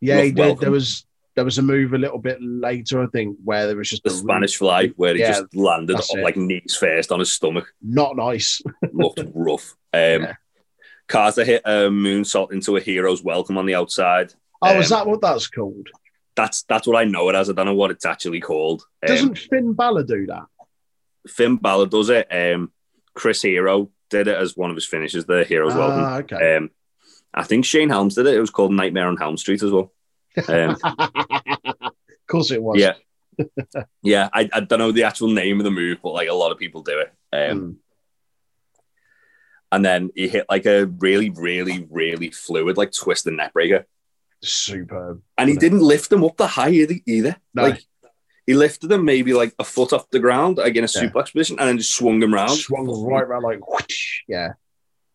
Speaker 3: Yeah, he
Speaker 2: Looked
Speaker 3: did.
Speaker 2: welcome.
Speaker 3: There was there was a move a little bit later, I think, where there was just
Speaker 2: the
Speaker 3: a really-
Speaker 2: Spanish fly where he
Speaker 3: Yeah,
Speaker 2: just landed
Speaker 3: that's
Speaker 2: on,
Speaker 3: it.
Speaker 2: like knees first on his stomach.
Speaker 3: not nice. *laughs*
Speaker 2: Looked rough. Um,
Speaker 3: Yeah.
Speaker 2: Carter hit a moonsault into a hero's welcome on the outside.
Speaker 3: Oh, is
Speaker 2: Um,
Speaker 3: that what that's called?
Speaker 2: That's that's what I know it as. I don't know what it's actually called. Um,
Speaker 3: Doesn't Finn Balor do that?
Speaker 2: Finn Balor does it. Um, Chris Hero did it as one of his finishes. The hero's welcome.
Speaker 3: Ah, okay.
Speaker 2: Um, I think Shane Helms did it. It was called Nightmare on Helm Street
Speaker 3: *laughs*
Speaker 2: as well. Um,
Speaker 3: of course it was.
Speaker 2: yeah, yeah. I, I don't know the actual name of the move, but like a lot of people do it. Um,
Speaker 3: Mm.
Speaker 2: and then he hit like a really, really, really fluid like twist and net breaker.
Speaker 3: Superb.
Speaker 2: And he didn't lift them up that high either. either.
Speaker 3: No.
Speaker 2: Like he lifted them maybe like a foot off the ground, like in a
Speaker 3: Yeah.
Speaker 2: suplex position, and then just swung them round.
Speaker 3: Swung right round like whoosh. yeah.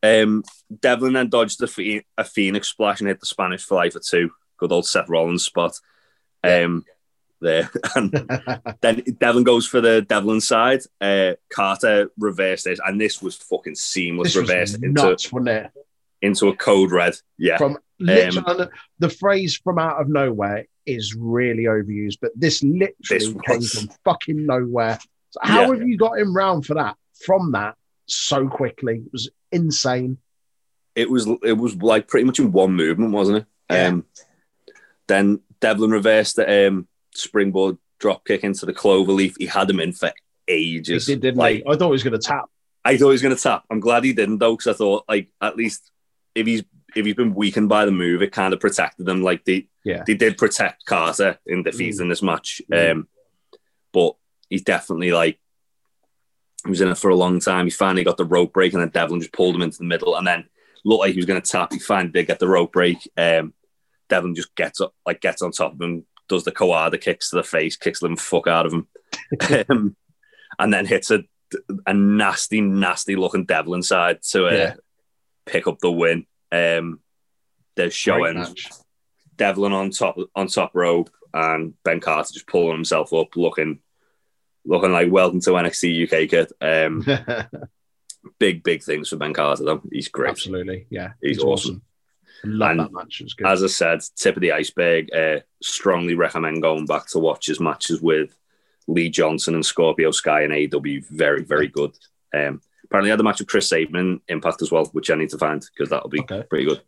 Speaker 2: Um, Devlin then dodged the phe- a phoenix splash and hit the Spanish fly for two. Good old Seth Rollins spot. Um, there. *laughs* And
Speaker 3: *laughs*
Speaker 2: then Devlin goes for the Devlin side. Uh, Carter reversed this, and this was fucking seamless.
Speaker 3: this
Speaker 2: reversed
Speaker 3: was
Speaker 2: into
Speaker 3: nuts, wasn't it?
Speaker 2: into a code red. Yeah. Um,
Speaker 3: From literally, the phrase "from out of nowhere" is really overused, but this literally
Speaker 2: This
Speaker 3: came
Speaker 2: was-
Speaker 3: from fucking nowhere. So how
Speaker 2: Yeah.
Speaker 3: have you got him round for that? From that so quickly, it was insane.
Speaker 2: it was it was like pretty much in one movement, wasn't it?
Speaker 3: Yeah.
Speaker 2: Um, then Devlin reversed the um, springboard drop kick into the clover leaf. He had him in for
Speaker 3: He
Speaker 2: ages.
Speaker 3: did, didn't
Speaker 2: like
Speaker 3: he? I thought he was going to tap.
Speaker 2: I thought he was going to tap. I'm glad he didn't though, because I thought like at least if he's if he's been weakened by the move, it kind of protected them. Like they
Speaker 3: Yeah.
Speaker 2: they did protect Carter in defeat in this match.
Speaker 3: Mm.
Speaker 2: Um, but he's definitely like he was in it for a long time. He finally got the rope break, and then Devlin just pulled him into the middle, and then looked like he was going to tap. He finally did get the rope break. Um, Devlin just gets up, like gets on top of him, does the Kawada kicks to the face, kicks the fuck
Speaker 3: *laughs*
Speaker 2: out of him, um, and then hits a a nasty, nasty looking Devlin side to uh,
Speaker 3: Yeah.
Speaker 2: pick up the win. Um, they're
Speaker 3: Great
Speaker 2: showing
Speaker 3: match.
Speaker 2: Devlin on top on top rope and Ben Carter just pulling himself up, looking looking like welcome to NXT UK kid. Um, *laughs*
Speaker 3: Mm-hmm.
Speaker 2: big big things for Ben Carter though. He's great.
Speaker 3: Absolutely, yeah.
Speaker 2: He's
Speaker 3: awesome. Love
Speaker 2: And
Speaker 3: that match. It was good.
Speaker 2: As I said, tip of the iceberg. Uh, strongly recommend going back to watch his matches with Lee Johnson and Scorpio Sky and AW. Very very good. Um, apparently I had a match with Chris Saban in Impact as well, which I need to find because that'll be
Speaker 3: Okay.
Speaker 2: pretty good.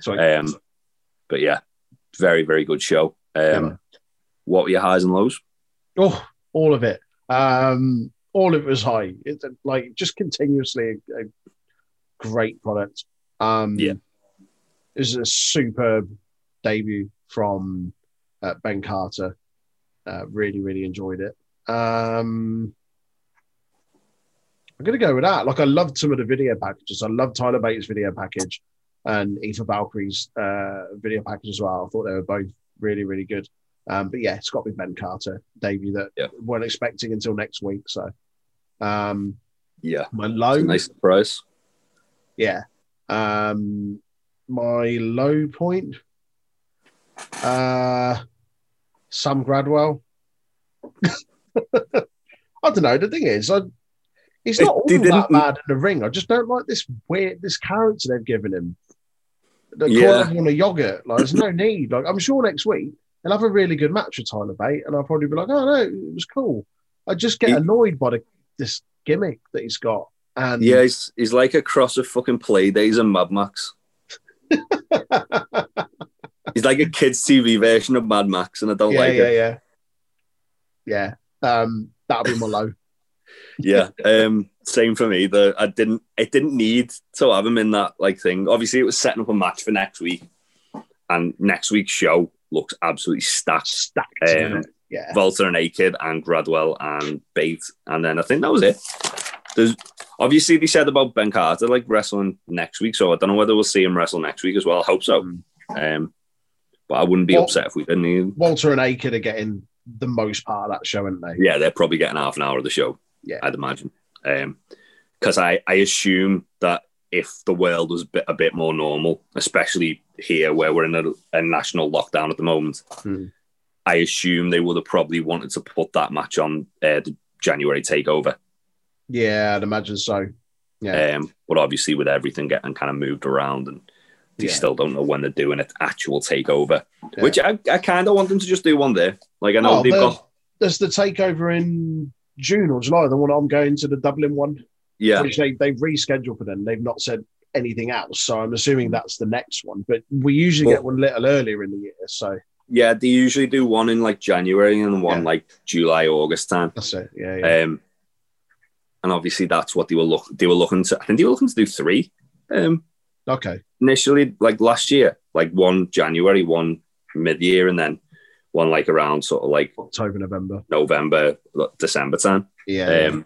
Speaker 3: so,
Speaker 2: Um, but yeah, very very good show. Um,
Speaker 3: Yeah, man.
Speaker 2: what were your highs and lows?
Speaker 3: Oh, all of it. Um, all of it was high. It's uh, like just continuously a, a great product. Um,
Speaker 2: Yeah.
Speaker 3: it was a superb debut from uh, Ben Carter. Uh, really, really enjoyed it. Um, I'm going to go with that. Like, I loved some of the video packages. I loved Tyler Bates' video package and Eva Valkyrie's uh, video package as well. I thought they were both really, really good. Um, but yeah, it's got to be Ben Carter, Davey, that
Speaker 2: Yeah.
Speaker 3: weren't expecting until next week. So, um,
Speaker 2: Yeah,
Speaker 3: my
Speaker 2: it's
Speaker 3: low,
Speaker 2: a nice surprise.
Speaker 3: yeah, um, my low point, uh, Sam Gradwell. *laughs* I don't know. The thing is, I, he's
Speaker 2: It-
Speaker 3: not all
Speaker 2: they
Speaker 3: that
Speaker 2: didn't-
Speaker 3: bad in the ring. I just don't like this weird this character they've given him. They're
Speaker 2: Yeah.
Speaker 3: calling him a yogurt. Like, there's no need. Like, I'm sure next week they'll have a really good match with Tyler Bate, and I'll probably be like, oh no, it was cool. I just get
Speaker 2: He-
Speaker 3: annoyed by the, this gimmick that he's got. And
Speaker 2: Yeah, he's, he's like a cross of fucking play days and
Speaker 3: *laughs*
Speaker 2: Mad Max. He's like a kids' TV version of Mad Max, and I don't
Speaker 3: yeah,
Speaker 2: like
Speaker 3: yeah,
Speaker 2: it.
Speaker 3: yeah, yeah. Um, that'll be my low.
Speaker 2: Yeah, um, same for me. The I didn't it didn't need to have him in that like thing. Obviously, it was setting up a match for next week, and next week's show looks absolutely stacked.
Speaker 3: Stacked.
Speaker 2: Um,
Speaker 3: yeah,
Speaker 2: Volta and Akid and Gradwell and Bate. And then I think that was it. There's obviously they said about Ben Carter like wrestling next week, so I don't know whether we'll see him wrestle next week as well. I hope so.
Speaker 3: Mm.
Speaker 2: Um, but I wouldn't be
Speaker 3: Well-
Speaker 2: upset if we didn't. Even.
Speaker 3: Walter and Aiken are getting the most part of that show, aren't they?
Speaker 2: Yeah, they're probably getting half an hour of the show.
Speaker 3: Yeah.
Speaker 2: I'd imagine. Um, because I I assume that if the world was a bit, a bit more normal, especially here where we're in a, a national lockdown at the moment,
Speaker 3: Hmm.
Speaker 2: I assume they would have probably wanted to put that match on uh, the January takeover.
Speaker 3: Yeah, I'd imagine so. Yeah,
Speaker 2: Um, but obviously, with everything getting kind of moved around, and they
Speaker 3: Yeah.
Speaker 2: still don't know when they're doing an actual takeover,
Speaker 3: Yeah.
Speaker 2: which I, I kind of want them to just do one there. Like I know
Speaker 3: Oh,
Speaker 2: they've
Speaker 3: they'll-
Speaker 2: got
Speaker 3: there's the takeover in June or July. The one I'm going to the Dublin one,
Speaker 2: yeah,
Speaker 3: which they they've rescheduled for then. They've not said anything else, so I'm assuming that's the next one. But we usually
Speaker 2: Well-
Speaker 3: get one little earlier in the year, so
Speaker 2: yeah. They usually do one in like January and one
Speaker 3: Yeah.
Speaker 2: like July August time.
Speaker 3: that's it. Yeah, yeah.
Speaker 2: Um, and obviously that's what they were look they were looking to. I think they were looking to do three. Um,
Speaker 3: okay.
Speaker 2: initially, like last year, like one January, one mid year, and then one like around sort of like
Speaker 3: October, November.
Speaker 2: November, December time.
Speaker 3: Yeah, yeah.
Speaker 2: Um,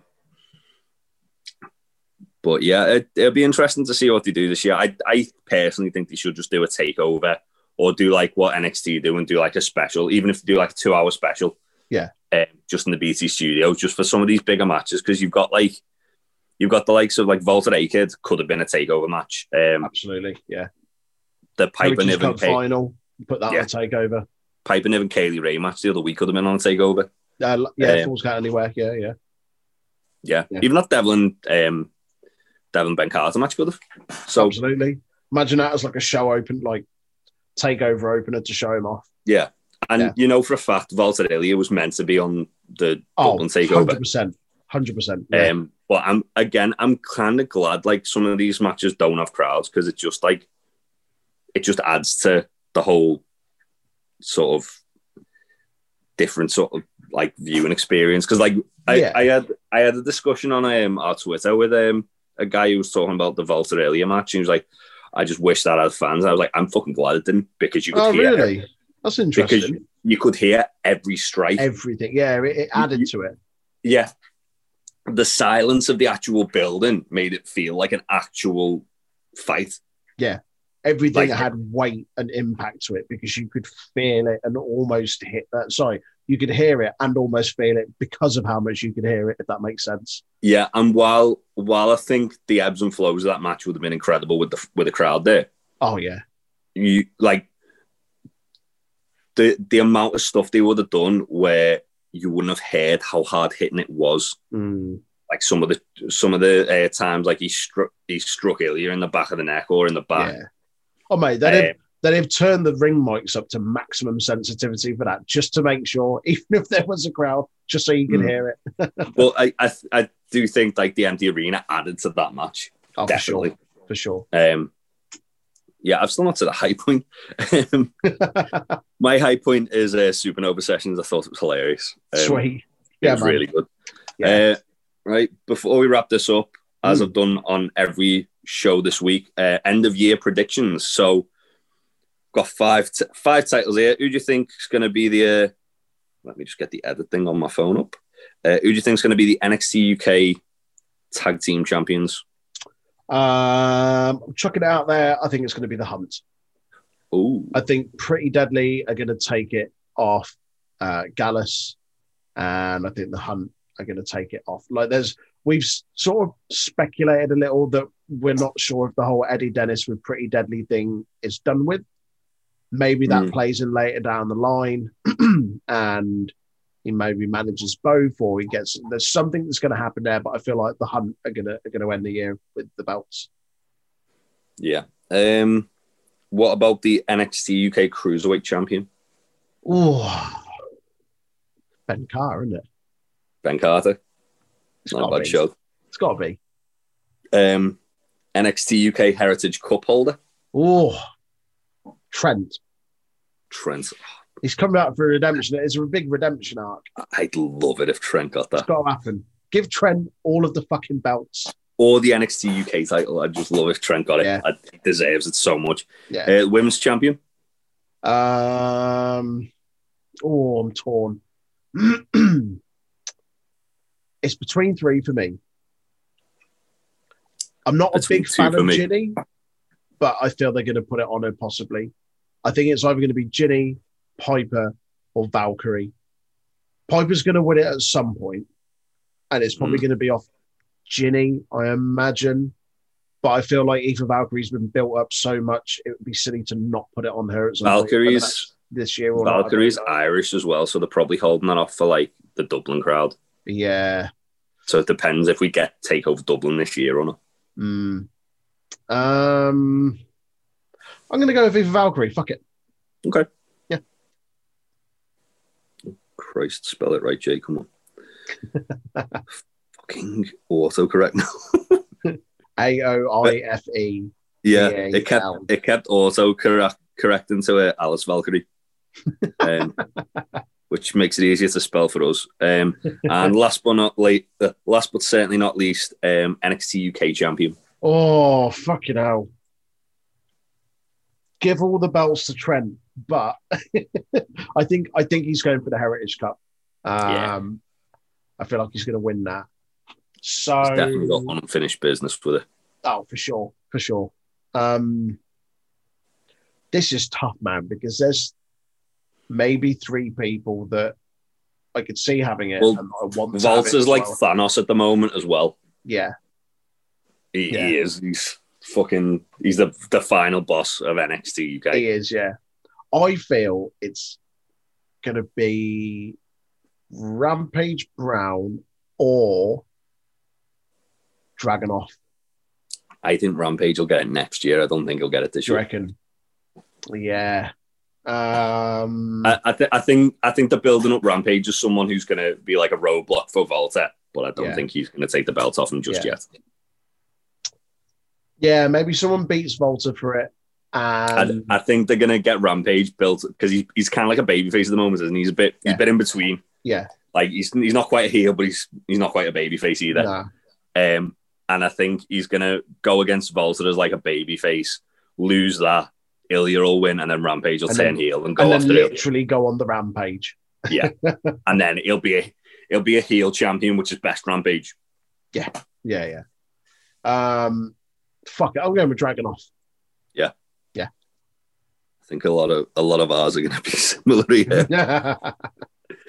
Speaker 2: but yeah, it, it'll be interesting to see what they do this year. I, I personally think they should just do a takeover or do like what NXT do and do like a special, even if they do like a two hour special.
Speaker 3: Yeah.
Speaker 2: Um, just in the BT studio, just for some of these bigger matches, because you've got like, you've got the likes of like Volta Akid could have been a takeover match. Um,
Speaker 3: absolutely. Yeah,
Speaker 2: the Piper
Speaker 3: Coaches
Speaker 2: Niven,
Speaker 3: Cup
Speaker 2: Kay-
Speaker 3: final. Put that
Speaker 2: Yeah.
Speaker 3: on a takeover.
Speaker 2: Piper Niven Kaylee Ray match the other week could have been on a takeover.
Speaker 3: Uh, l- yeah,
Speaker 2: Um,
Speaker 3: Falls Count Anywhere. Yeah, yeah.
Speaker 2: Yeah.
Speaker 3: Yeah.
Speaker 2: Even that Devlin, um, Devlin Ben Carter match could have. So
Speaker 3: Absolutely. Imagine that as like a show open, like takeover opener to show him off.
Speaker 2: Yeah. And
Speaker 3: Yeah.
Speaker 2: you know for a fact, Valtteri was meant to be on the
Speaker 3: Oh,
Speaker 2: Dublin takeover.
Speaker 3: 100%. 100%. Yeah.
Speaker 2: Um, but I'm again, I'm kind of glad like some of these matches don't have crowds because it just like it just adds to the whole sort of different sort of like viewing experience. Because like I,
Speaker 3: Yeah.
Speaker 2: I had I had a discussion on um, our Twitter with um, a guy who was talking about the Valtteri match. And he was like, "I just wish that had fans." I was like, "I'm fucking glad it didn't because you could
Speaker 3: oh,
Speaker 2: hear
Speaker 3: really? That's interesting.
Speaker 2: Because you could hear every strike.
Speaker 3: Everything. Yeah, it, it added to it.
Speaker 2: yeah, the silence of the actual building made it feel like an actual fight.
Speaker 3: Everything
Speaker 2: Like-
Speaker 3: had weight and impact to it because you could feel it and almost hit that. Sorry, you could hear it and almost feel it because of how much you could hear it, if that makes sense.
Speaker 2: Yeah, and while while I think the ebbs and flows of that match would have been incredible with the with the crowd there,
Speaker 3: Oh, yeah.
Speaker 2: you like the the amount of stuff they would have done where you wouldn't have heard how hard hitting it was.
Speaker 3: Mm.
Speaker 2: Like some of the some of the uh, times, like he struck he struck Ilya in the back of the neck or in the back.
Speaker 3: Yeah. Oh, mate,
Speaker 2: um,
Speaker 3: that is. that they've turned the ring mics up to maximum sensitivity for that, just to make sure, *laughs* even if there was a crowd, just so you can
Speaker 2: Mm.
Speaker 3: hear it.
Speaker 2: well, I, I I do think like the empty arena added to that match.
Speaker 3: Oh, for sure,
Speaker 2: definitely.
Speaker 3: for sure.
Speaker 2: Um, yeah, I've still not to the high point. *laughs*
Speaker 3: *laughs*
Speaker 2: Um, my high point is uh, Supernova Sessions. I thought it was hilarious. Um,
Speaker 3: Sweet,
Speaker 2: It
Speaker 3: yeah,
Speaker 2: was
Speaker 3: man.
Speaker 2: really good.
Speaker 3: Yeah.
Speaker 2: Uh, right, before we wrap this up, as
Speaker 3: Mm.
Speaker 2: I've done on every show this week, uh, end of year predictions. So, got five t- five titles here. Who do you think is going to be the? Uh, let me just get the edit thing on my phone up. Uh, who do you think is going to be the NXT UK tag team champions?
Speaker 3: Um, I'm chucking it out there. I think it's going to be the Hunt.
Speaker 2: Ooh,
Speaker 3: I think Pretty Deadly are going to take it off uh, Gallus, and I think the Hunt are going to take it off. Like, there's we've s- sort of speculated a little that we're not sure if the whole Eddie Dennis with Pretty Deadly thing is done with. Maybe that
Speaker 2: Mm.
Speaker 3: plays in later down the line, *clears throat* and he maybe manages both, or he gets. There's something that's going to happen there, but I feel like the Hunt are going to are going to end the year with the belts.
Speaker 2: yeah. Um, what about the NXT UK Cruiserweight champion
Speaker 3: Ooh. Ben Carr, isn't it?
Speaker 2: Ben Carter?
Speaker 3: It's
Speaker 2: Not a
Speaker 3: gotta
Speaker 2: bad
Speaker 3: be.
Speaker 2: show.
Speaker 3: It's got to be.
Speaker 2: Um, NXT UK Heritage Cup holder
Speaker 3: Oh, Trent.
Speaker 2: Trent.
Speaker 3: He's coming out for a redemption. It's a big redemption arc.
Speaker 2: I'd love it if Trent got
Speaker 3: It's
Speaker 2: that,
Speaker 3: got to happen. Give Trent all of the fucking belts.
Speaker 2: or the NXT UK title. I'd just love if Trent got it.
Speaker 3: Yeah.
Speaker 2: I, he deserves it so much.
Speaker 3: Yeah.
Speaker 2: Uh, women's champion.
Speaker 3: Um. Oh, I'm torn. *clears throat* it's between three for me. I'm not a
Speaker 2: Between
Speaker 3: big
Speaker 2: two
Speaker 3: fan
Speaker 2: for
Speaker 3: of
Speaker 2: me.
Speaker 3: Ginny, but I feel they're going to put it on her possibly. I think it's either going to be Ginny, Piper, or Valkyrie. Piper's going to win it at some point, and it's
Speaker 2: Hmm.
Speaker 3: probably going to be off Ginny, I imagine. But I feel like Eva Valkyrie's been built up so much, it would be silly to not put it on her at some point, whether that's
Speaker 2: Valkyries.
Speaker 3: this year or not, I don't
Speaker 2: Valkyries
Speaker 3: know.
Speaker 2: Irish as well, so they're probably holding that off for like the Dublin crowd.
Speaker 3: Yeah.
Speaker 2: So it depends if we get takeover Dublin this year or not.
Speaker 3: Mm. Um, I'm going to go with Eva Valkyrie. Fuck it.
Speaker 2: Christ, spell it right, Jay. Come
Speaker 3: *laughs*
Speaker 2: on. Fucking autocorrect. now.
Speaker 3: A O I F E.
Speaker 2: yeah,
Speaker 3: Yeah,
Speaker 2: it kept
Speaker 3: yeah.
Speaker 2: it kept auto correct correcting to uh, Alice Valkyrie, um, which makes it easier to spell for us. Um, and last but not late, uh, last but certainly not least, um, NXT UK champion.
Speaker 3: Oh, fucking hell. Give all the belts to Trent, but *laughs* I think I think he's going for the Heritage Cup. Um,
Speaker 2: Yeah.
Speaker 3: I feel like he's going to win that. So
Speaker 2: He's definitely got unfinished business with it.
Speaker 3: Oh, for sure, for sure. Um, this is tough, man, because there's maybe three people that I could see having it.
Speaker 2: Well,
Speaker 3: and I want to have it
Speaker 2: Volta's
Speaker 3: as
Speaker 2: like
Speaker 3: well.
Speaker 2: Thanos at the moment as well.
Speaker 3: yeah,
Speaker 2: He,
Speaker 3: Yeah.
Speaker 2: he is. He's fucking. He's the the final boss of NXT UK.
Speaker 3: he is. Yeah, I feel it's gonna be Rampage Brown or Dragonoff.
Speaker 2: I think Rampage will get it next year. I don't think he'll get it this
Speaker 3: Do you
Speaker 2: year.
Speaker 3: reckon? Yeah. Um,
Speaker 2: I, I, th- I think I think they're building up Rampage as someone who's going to be like a roadblock for Volta, but I don't
Speaker 3: Yeah.
Speaker 2: think he's going to take the belt off him just
Speaker 3: Yeah.
Speaker 2: yet.
Speaker 3: yeah, maybe someone beats Volta for it. And
Speaker 2: I, I think they're going to get Rampage built because he, he's kind of like a babyface at the moment, isn't he? He's a bit
Speaker 3: Yeah.
Speaker 2: he's a bit in between.
Speaker 3: Yeah.
Speaker 2: like he's he's not quite a heel, but he's he's not quite a babyface either.
Speaker 3: Nah.
Speaker 2: Um, and I think he's gonna go against Volta as like a baby face, lose that, Ilya will win, and then Rampage will
Speaker 3: And
Speaker 2: turn
Speaker 3: then-
Speaker 2: heel and
Speaker 3: and
Speaker 2: go
Speaker 3: then
Speaker 2: after Ilya.
Speaker 3: literally go on the rampage.
Speaker 2: And then it'll be a it'll be a heel champion, which is best Rampage.
Speaker 3: Yeah, yeah. Um, fuck it. I'm going with Dragonoff.
Speaker 2: I think a lot of a lot of ours are gonna be *laughs* similar
Speaker 3: Mm-hmm.
Speaker 2: here.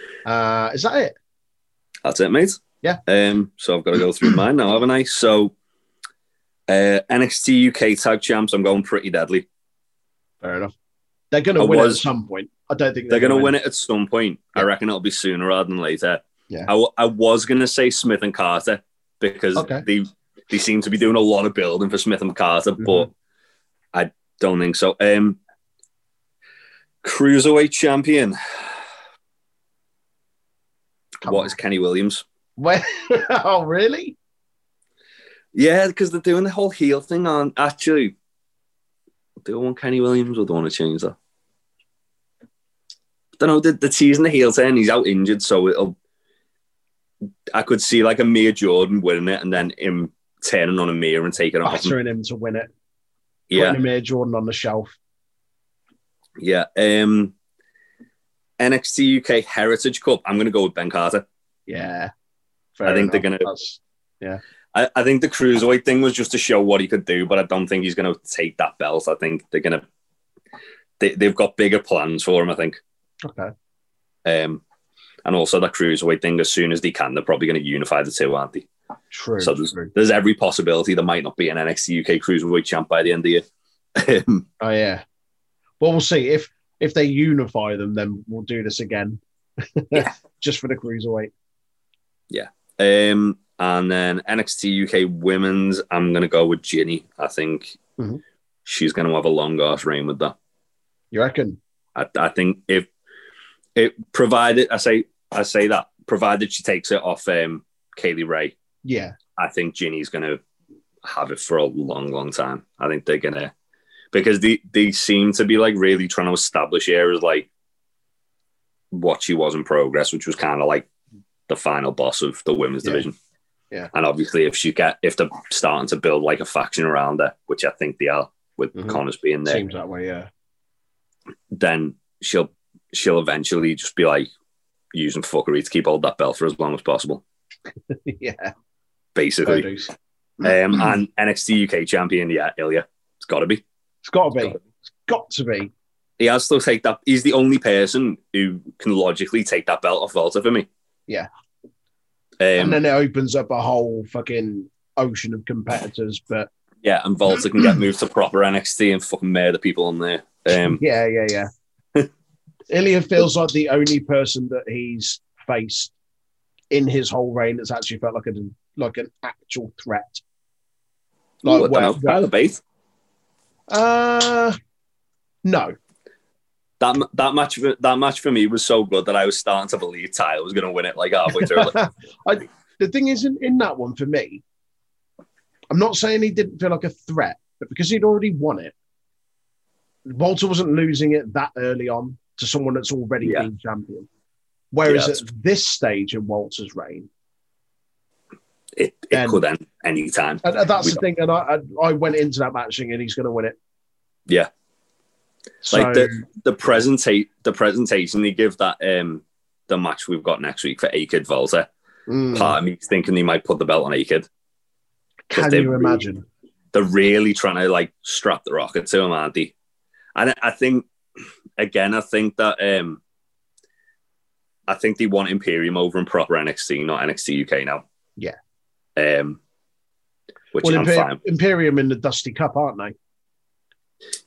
Speaker 3: *laughs* uh, is that it?
Speaker 2: That's it, mate.
Speaker 3: Yeah.
Speaker 2: Um, so I've got to go through mine now, haven't I? So uh, NXT UK tag champs, I'm going pretty deadly.
Speaker 3: Fair enough. They're going to
Speaker 2: I
Speaker 3: win
Speaker 2: was-
Speaker 3: at some point. I don't think
Speaker 2: They're gonna
Speaker 3: gonna
Speaker 2: win it at some point. I reckon it'll be sooner rather than later.
Speaker 3: Yeah.
Speaker 2: I, w- I was gonna say Smith and Carter because
Speaker 3: Okay.
Speaker 2: they they seem to be doing a lot of building for Smith and Carter,
Speaker 3: Mm-hmm.
Speaker 2: but I don't think so. Um, cruiserweight champion.
Speaker 3: Come
Speaker 2: what
Speaker 3: on.
Speaker 2: is Kenny Williams?
Speaker 3: Wait- *laughs* oh, really?
Speaker 2: Yeah, because they're doing the whole heel thing on. Actually, do I want Kenny Williams or do I want to change that? I don't know. The, the teasing the heel turn, he's out injured, so it'll. I could see like a Amir Jordan winning it and then him turning on Amir and taking it off. him.
Speaker 3: Buttering him to win it.
Speaker 2: Yeah,
Speaker 3: Putting Amir Jordan on the shelf.
Speaker 2: yeah. Um, NXT UK Heritage Cup. I'm going to go with Ben Carter.
Speaker 3: Yeah.
Speaker 2: I think they're
Speaker 3: enough.
Speaker 2: gonna-
Speaker 3: That's-
Speaker 2: I, I think the cruiserweight thing was just to show what he could do, but I don't think he's going to take that belt. I think they're going to they, they've got bigger plans for him. I think,
Speaker 3: Okay.
Speaker 2: um, and also that cruiserweight thing. As soon as they can, they're probably going to unify the two, aren't they?
Speaker 3: True.
Speaker 2: So
Speaker 3: true.
Speaker 2: There's every possibility there might not be an NXT UK cruiserweight champ by the end of the year. *laughs* Um,
Speaker 3: Oh yeah. Well, we'll see if if they unify them, then we'll do this again. *laughs*
Speaker 2: Yeah.
Speaker 3: Just for the cruiserweight.
Speaker 2: Um, and then NXT UK Women's, I'm gonna go with Ginny. I think
Speaker 3: Mhm.
Speaker 2: she's gonna have a long ass reign with that.
Speaker 3: You reckon?
Speaker 2: I, I think if it provided, I say I say that provided she takes it off um, Kaylee Ray,
Speaker 3: Yeah.
Speaker 2: I think Ginny's gonna have it for a long, long time. I think they're gonna because they they seem to be like really trying to establish her as like what she was in progress, which was kind of like the final boss of the women's
Speaker 3: Yeah.
Speaker 2: division.
Speaker 3: Yeah.
Speaker 2: And obviously, if she get if they're starting to build like a faction around her, which I think they are, with
Speaker 3: Mhm.
Speaker 2: Connors being there,
Speaker 3: Seems that way. Yeah. *laughs*
Speaker 2: then she'll she'll eventually just be like using fuckery to keep hold that belt for as long as possible,
Speaker 3: yeah.
Speaker 2: basically.
Speaker 3: Produce. Mm.
Speaker 2: Um, and NXT UK champion, yeah, Ilya. It's got to be.
Speaker 3: It's got to be. It's got to be.
Speaker 2: He has to take that. He's the only person who can logically take that belt off Walter for me.
Speaker 3: Yeah.
Speaker 2: Um,
Speaker 3: and then it opens up a whole fucking ocean of competitors. But
Speaker 2: yeah, and Volta can get moved to proper NXT and fucking murder people on there. Um,
Speaker 3: yeah, yeah, yeah.
Speaker 2: *laughs*
Speaker 3: Ilya feels like the only person that he's faced in his whole reign that's actually felt like a like an actual threat.
Speaker 2: ooh, I
Speaker 3: *laughs* Like
Speaker 2: don't know,
Speaker 3: where, where-
Speaker 2: Tyler Bate.
Speaker 3: uh, no, *laughs*
Speaker 2: That m- that match that match for me was so good that I was starting to believe Tyler was going to win it like halfway
Speaker 3: *laughs*
Speaker 2: through. Like,
Speaker 3: I, the thing is, in, in that one for me, I'm not saying he didn't feel like a threat, but because he'd already won it, Walter wasn't losing it that early on to someone that's already
Speaker 2: Yeah.
Speaker 3: been champion. Whereas
Speaker 2: Yeah,
Speaker 3: at this stage in Walter's reign,
Speaker 2: it it
Speaker 3: And-
Speaker 2: could end any time.
Speaker 3: and, and that's
Speaker 2: We
Speaker 3: the thing, and I, I, I went into that match thinking he's going to win it.
Speaker 2: Yeah.
Speaker 3: So,
Speaker 2: Like the the presentate the presentation they give that um the match we've got next week for Akid Volta.
Speaker 3: mm,
Speaker 2: Part of me's thinking they might put the belt on Akid.
Speaker 3: can
Speaker 2: they
Speaker 3: you
Speaker 2: really-
Speaker 3: imagine?
Speaker 2: they're really trying to like strap the rocket to him, aren't they? And I- I think again, I think that um I think they want Imperium over in proper NXT, not NXT UK now.
Speaker 3: Yeah.
Speaker 2: Um which
Speaker 3: Well,
Speaker 2: I'm
Speaker 3: Imper-
Speaker 2: fine.
Speaker 3: Imperium in the Dusty Cup, aren't they?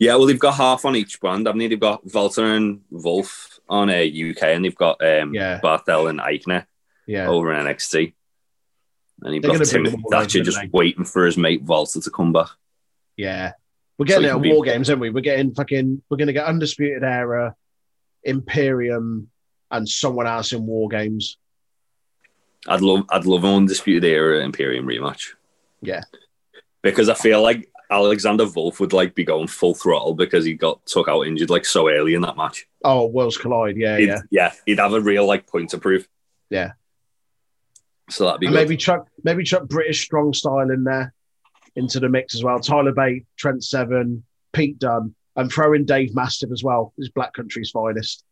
Speaker 2: Yeah, well they've got half on each brand, haven't they? They've got Volta and Wolf on uh, UK and they've got um
Speaker 3: Yeah.
Speaker 2: Barthel and Eichner
Speaker 3: Yeah.
Speaker 2: over in NXT. And you've
Speaker 3: They're
Speaker 2: got
Speaker 3: gonna bring
Speaker 2: Timothy
Speaker 3: them all over,
Speaker 2: Thatcher
Speaker 3: aren't
Speaker 2: just
Speaker 3: they?
Speaker 2: waiting for his mate Volta to come back.
Speaker 3: Yeah. We're
Speaker 2: So
Speaker 3: getting
Speaker 2: you
Speaker 3: it
Speaker 2: can
Speaker 3: at
Speaker 2: be-
Speaker 3: War Games, aren't we? We're getting fucking, we're going to get Undisputed Era, Imperium, and someone else in War Games.
Speaker 2: I'd love I'd love an undisputed era Imperium rematch.
Speaker 3: Yeah.
Speaker 2: Because I feel like Alexander Wolf would like be going full throttle because he got took out injured like so early in that match.
Speaker 3: Oh, Worlds Collide. Yeah,
Speaker 2: He'd-
Speaker 3: yeah.
Speaker 2: he'd have a real like point to prove.
Speaker 3: Yeah.
Speaker 2: So that'd be
Speaker 3: And
Speaker 2: good.
Speaker 3: maybe chuck, maybe chuck British strong style in there into the mix as well. Tyler Bate, Trent Seven, Pete Dunne, and throw in Dave Mastiff as well. He's Black Country's finest.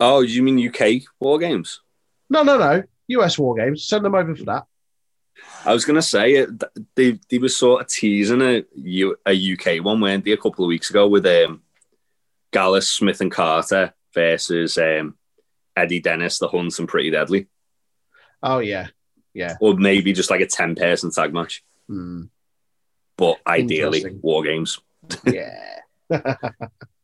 Speaker 2: oh, you mean UK war games?
Speaker 3: No, no, no. US War Games. Send them over for that.
Speaker 2: I was gonna say it, th- they they were sort of teasing a U- a UK one, weren't they, a couple of weeks ago with um Gallus, Smith and Carter versus um Eddie Dennis, the Hunt and Pretty Deadly.
Speaker 3: Oh, yeah.
Speaker 2: or maybe just like a 10 person tag match, *laughs*
Speaker 3: Hmm.
Speaker 2: but ideally
Speaker 3: Interesting.
Speaker 2: war games.
Speaker 3: Yeah.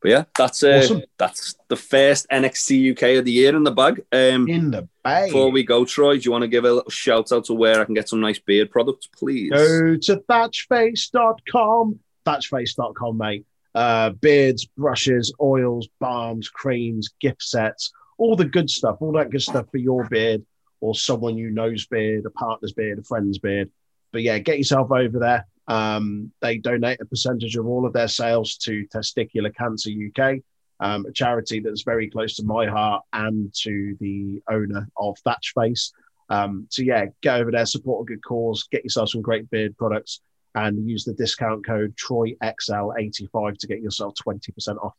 Speaker 2: But yeah, that's uh,
Speaker 3: Awesome.
Speaker 2: that's the first NXT UK of the year in the bag. Um,
Speaker 3: In the bay.
Speaker 2: before we go, Troy, do you want to give a little shout out to where I can get some nice beard products, please?
Speaker 3: Go to thatchface.com. Thatchface.com, mate. Uh, beards, brushes, oils, balms, creams, gift sets, all the good stuff, all that good stuff for your beard or someone you know's beard, a partner's beard, a friend's beard. But yeah, get yourself over there. Um, they donate a percentage of all of their sales to Testicular Cancer UK, um, a charity that's very close to my heart and to the owner of Thatchface. Um, so yeah, get over there, support a good cause, get yourself some great beard products, and use the discount code TroyXL85 to get yourself 20% off.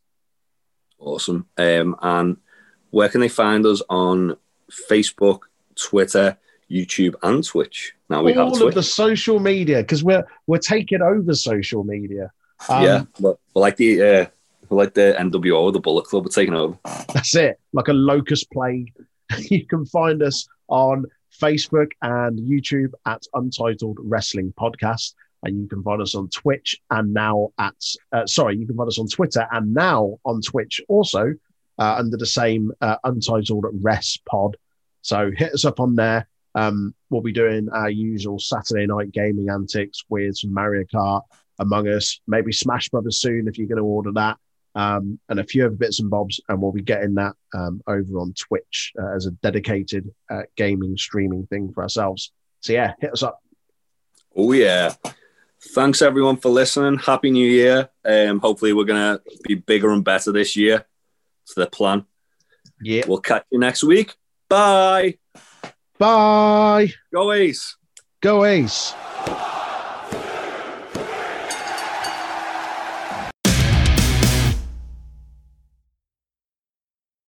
Speaker 2: Awesome. Um, and where can they find us on Facebook, Twitter, YouTube and Twitch. Now we have
Speaker 3: all of
Speaker 2: Twitch.
Speaker 3: the social media because we're we're taking over social media. Um,
Speaker 2: yeah, we're, we're like the uh, we're like the NWO, the Bullet Club, we're taking over.
Speaker 3: That's it. Like a locust plague. *laughs* you can find us on Facebook and YouTube at Untitled Wrestling Podcast. And you can find us on Twitch and now at, uh, sorry, you can find us on Twitter and now on Twitch also uh, under the same uh, Untitled Rest Pod. So hit us up on there. Um, we'll be doing our usual Saturday night gaming antics with some Mario Kart, Among Us, maybe Smash Brothers soon if you're going to order that um, and a few other bits and bobs, and we'll be getting that um, over on Twitch uh, as a dedicated uh, gaming streaming thing for ourselves. So yeah, hit us up.
Speaker 2: Oh yeah. Thanks everyone for listening. Happy New Year. Um, hopefully we're gonna be bigger and better this year. It's the plan.
Speaker 3: Yeah.
Speaker 2: We'll catch you next week. Bye.
Speaker 3: Bye.
Speaker 2: Go Ace.
Speaker 3: Go Ace.
Speaker 2: Go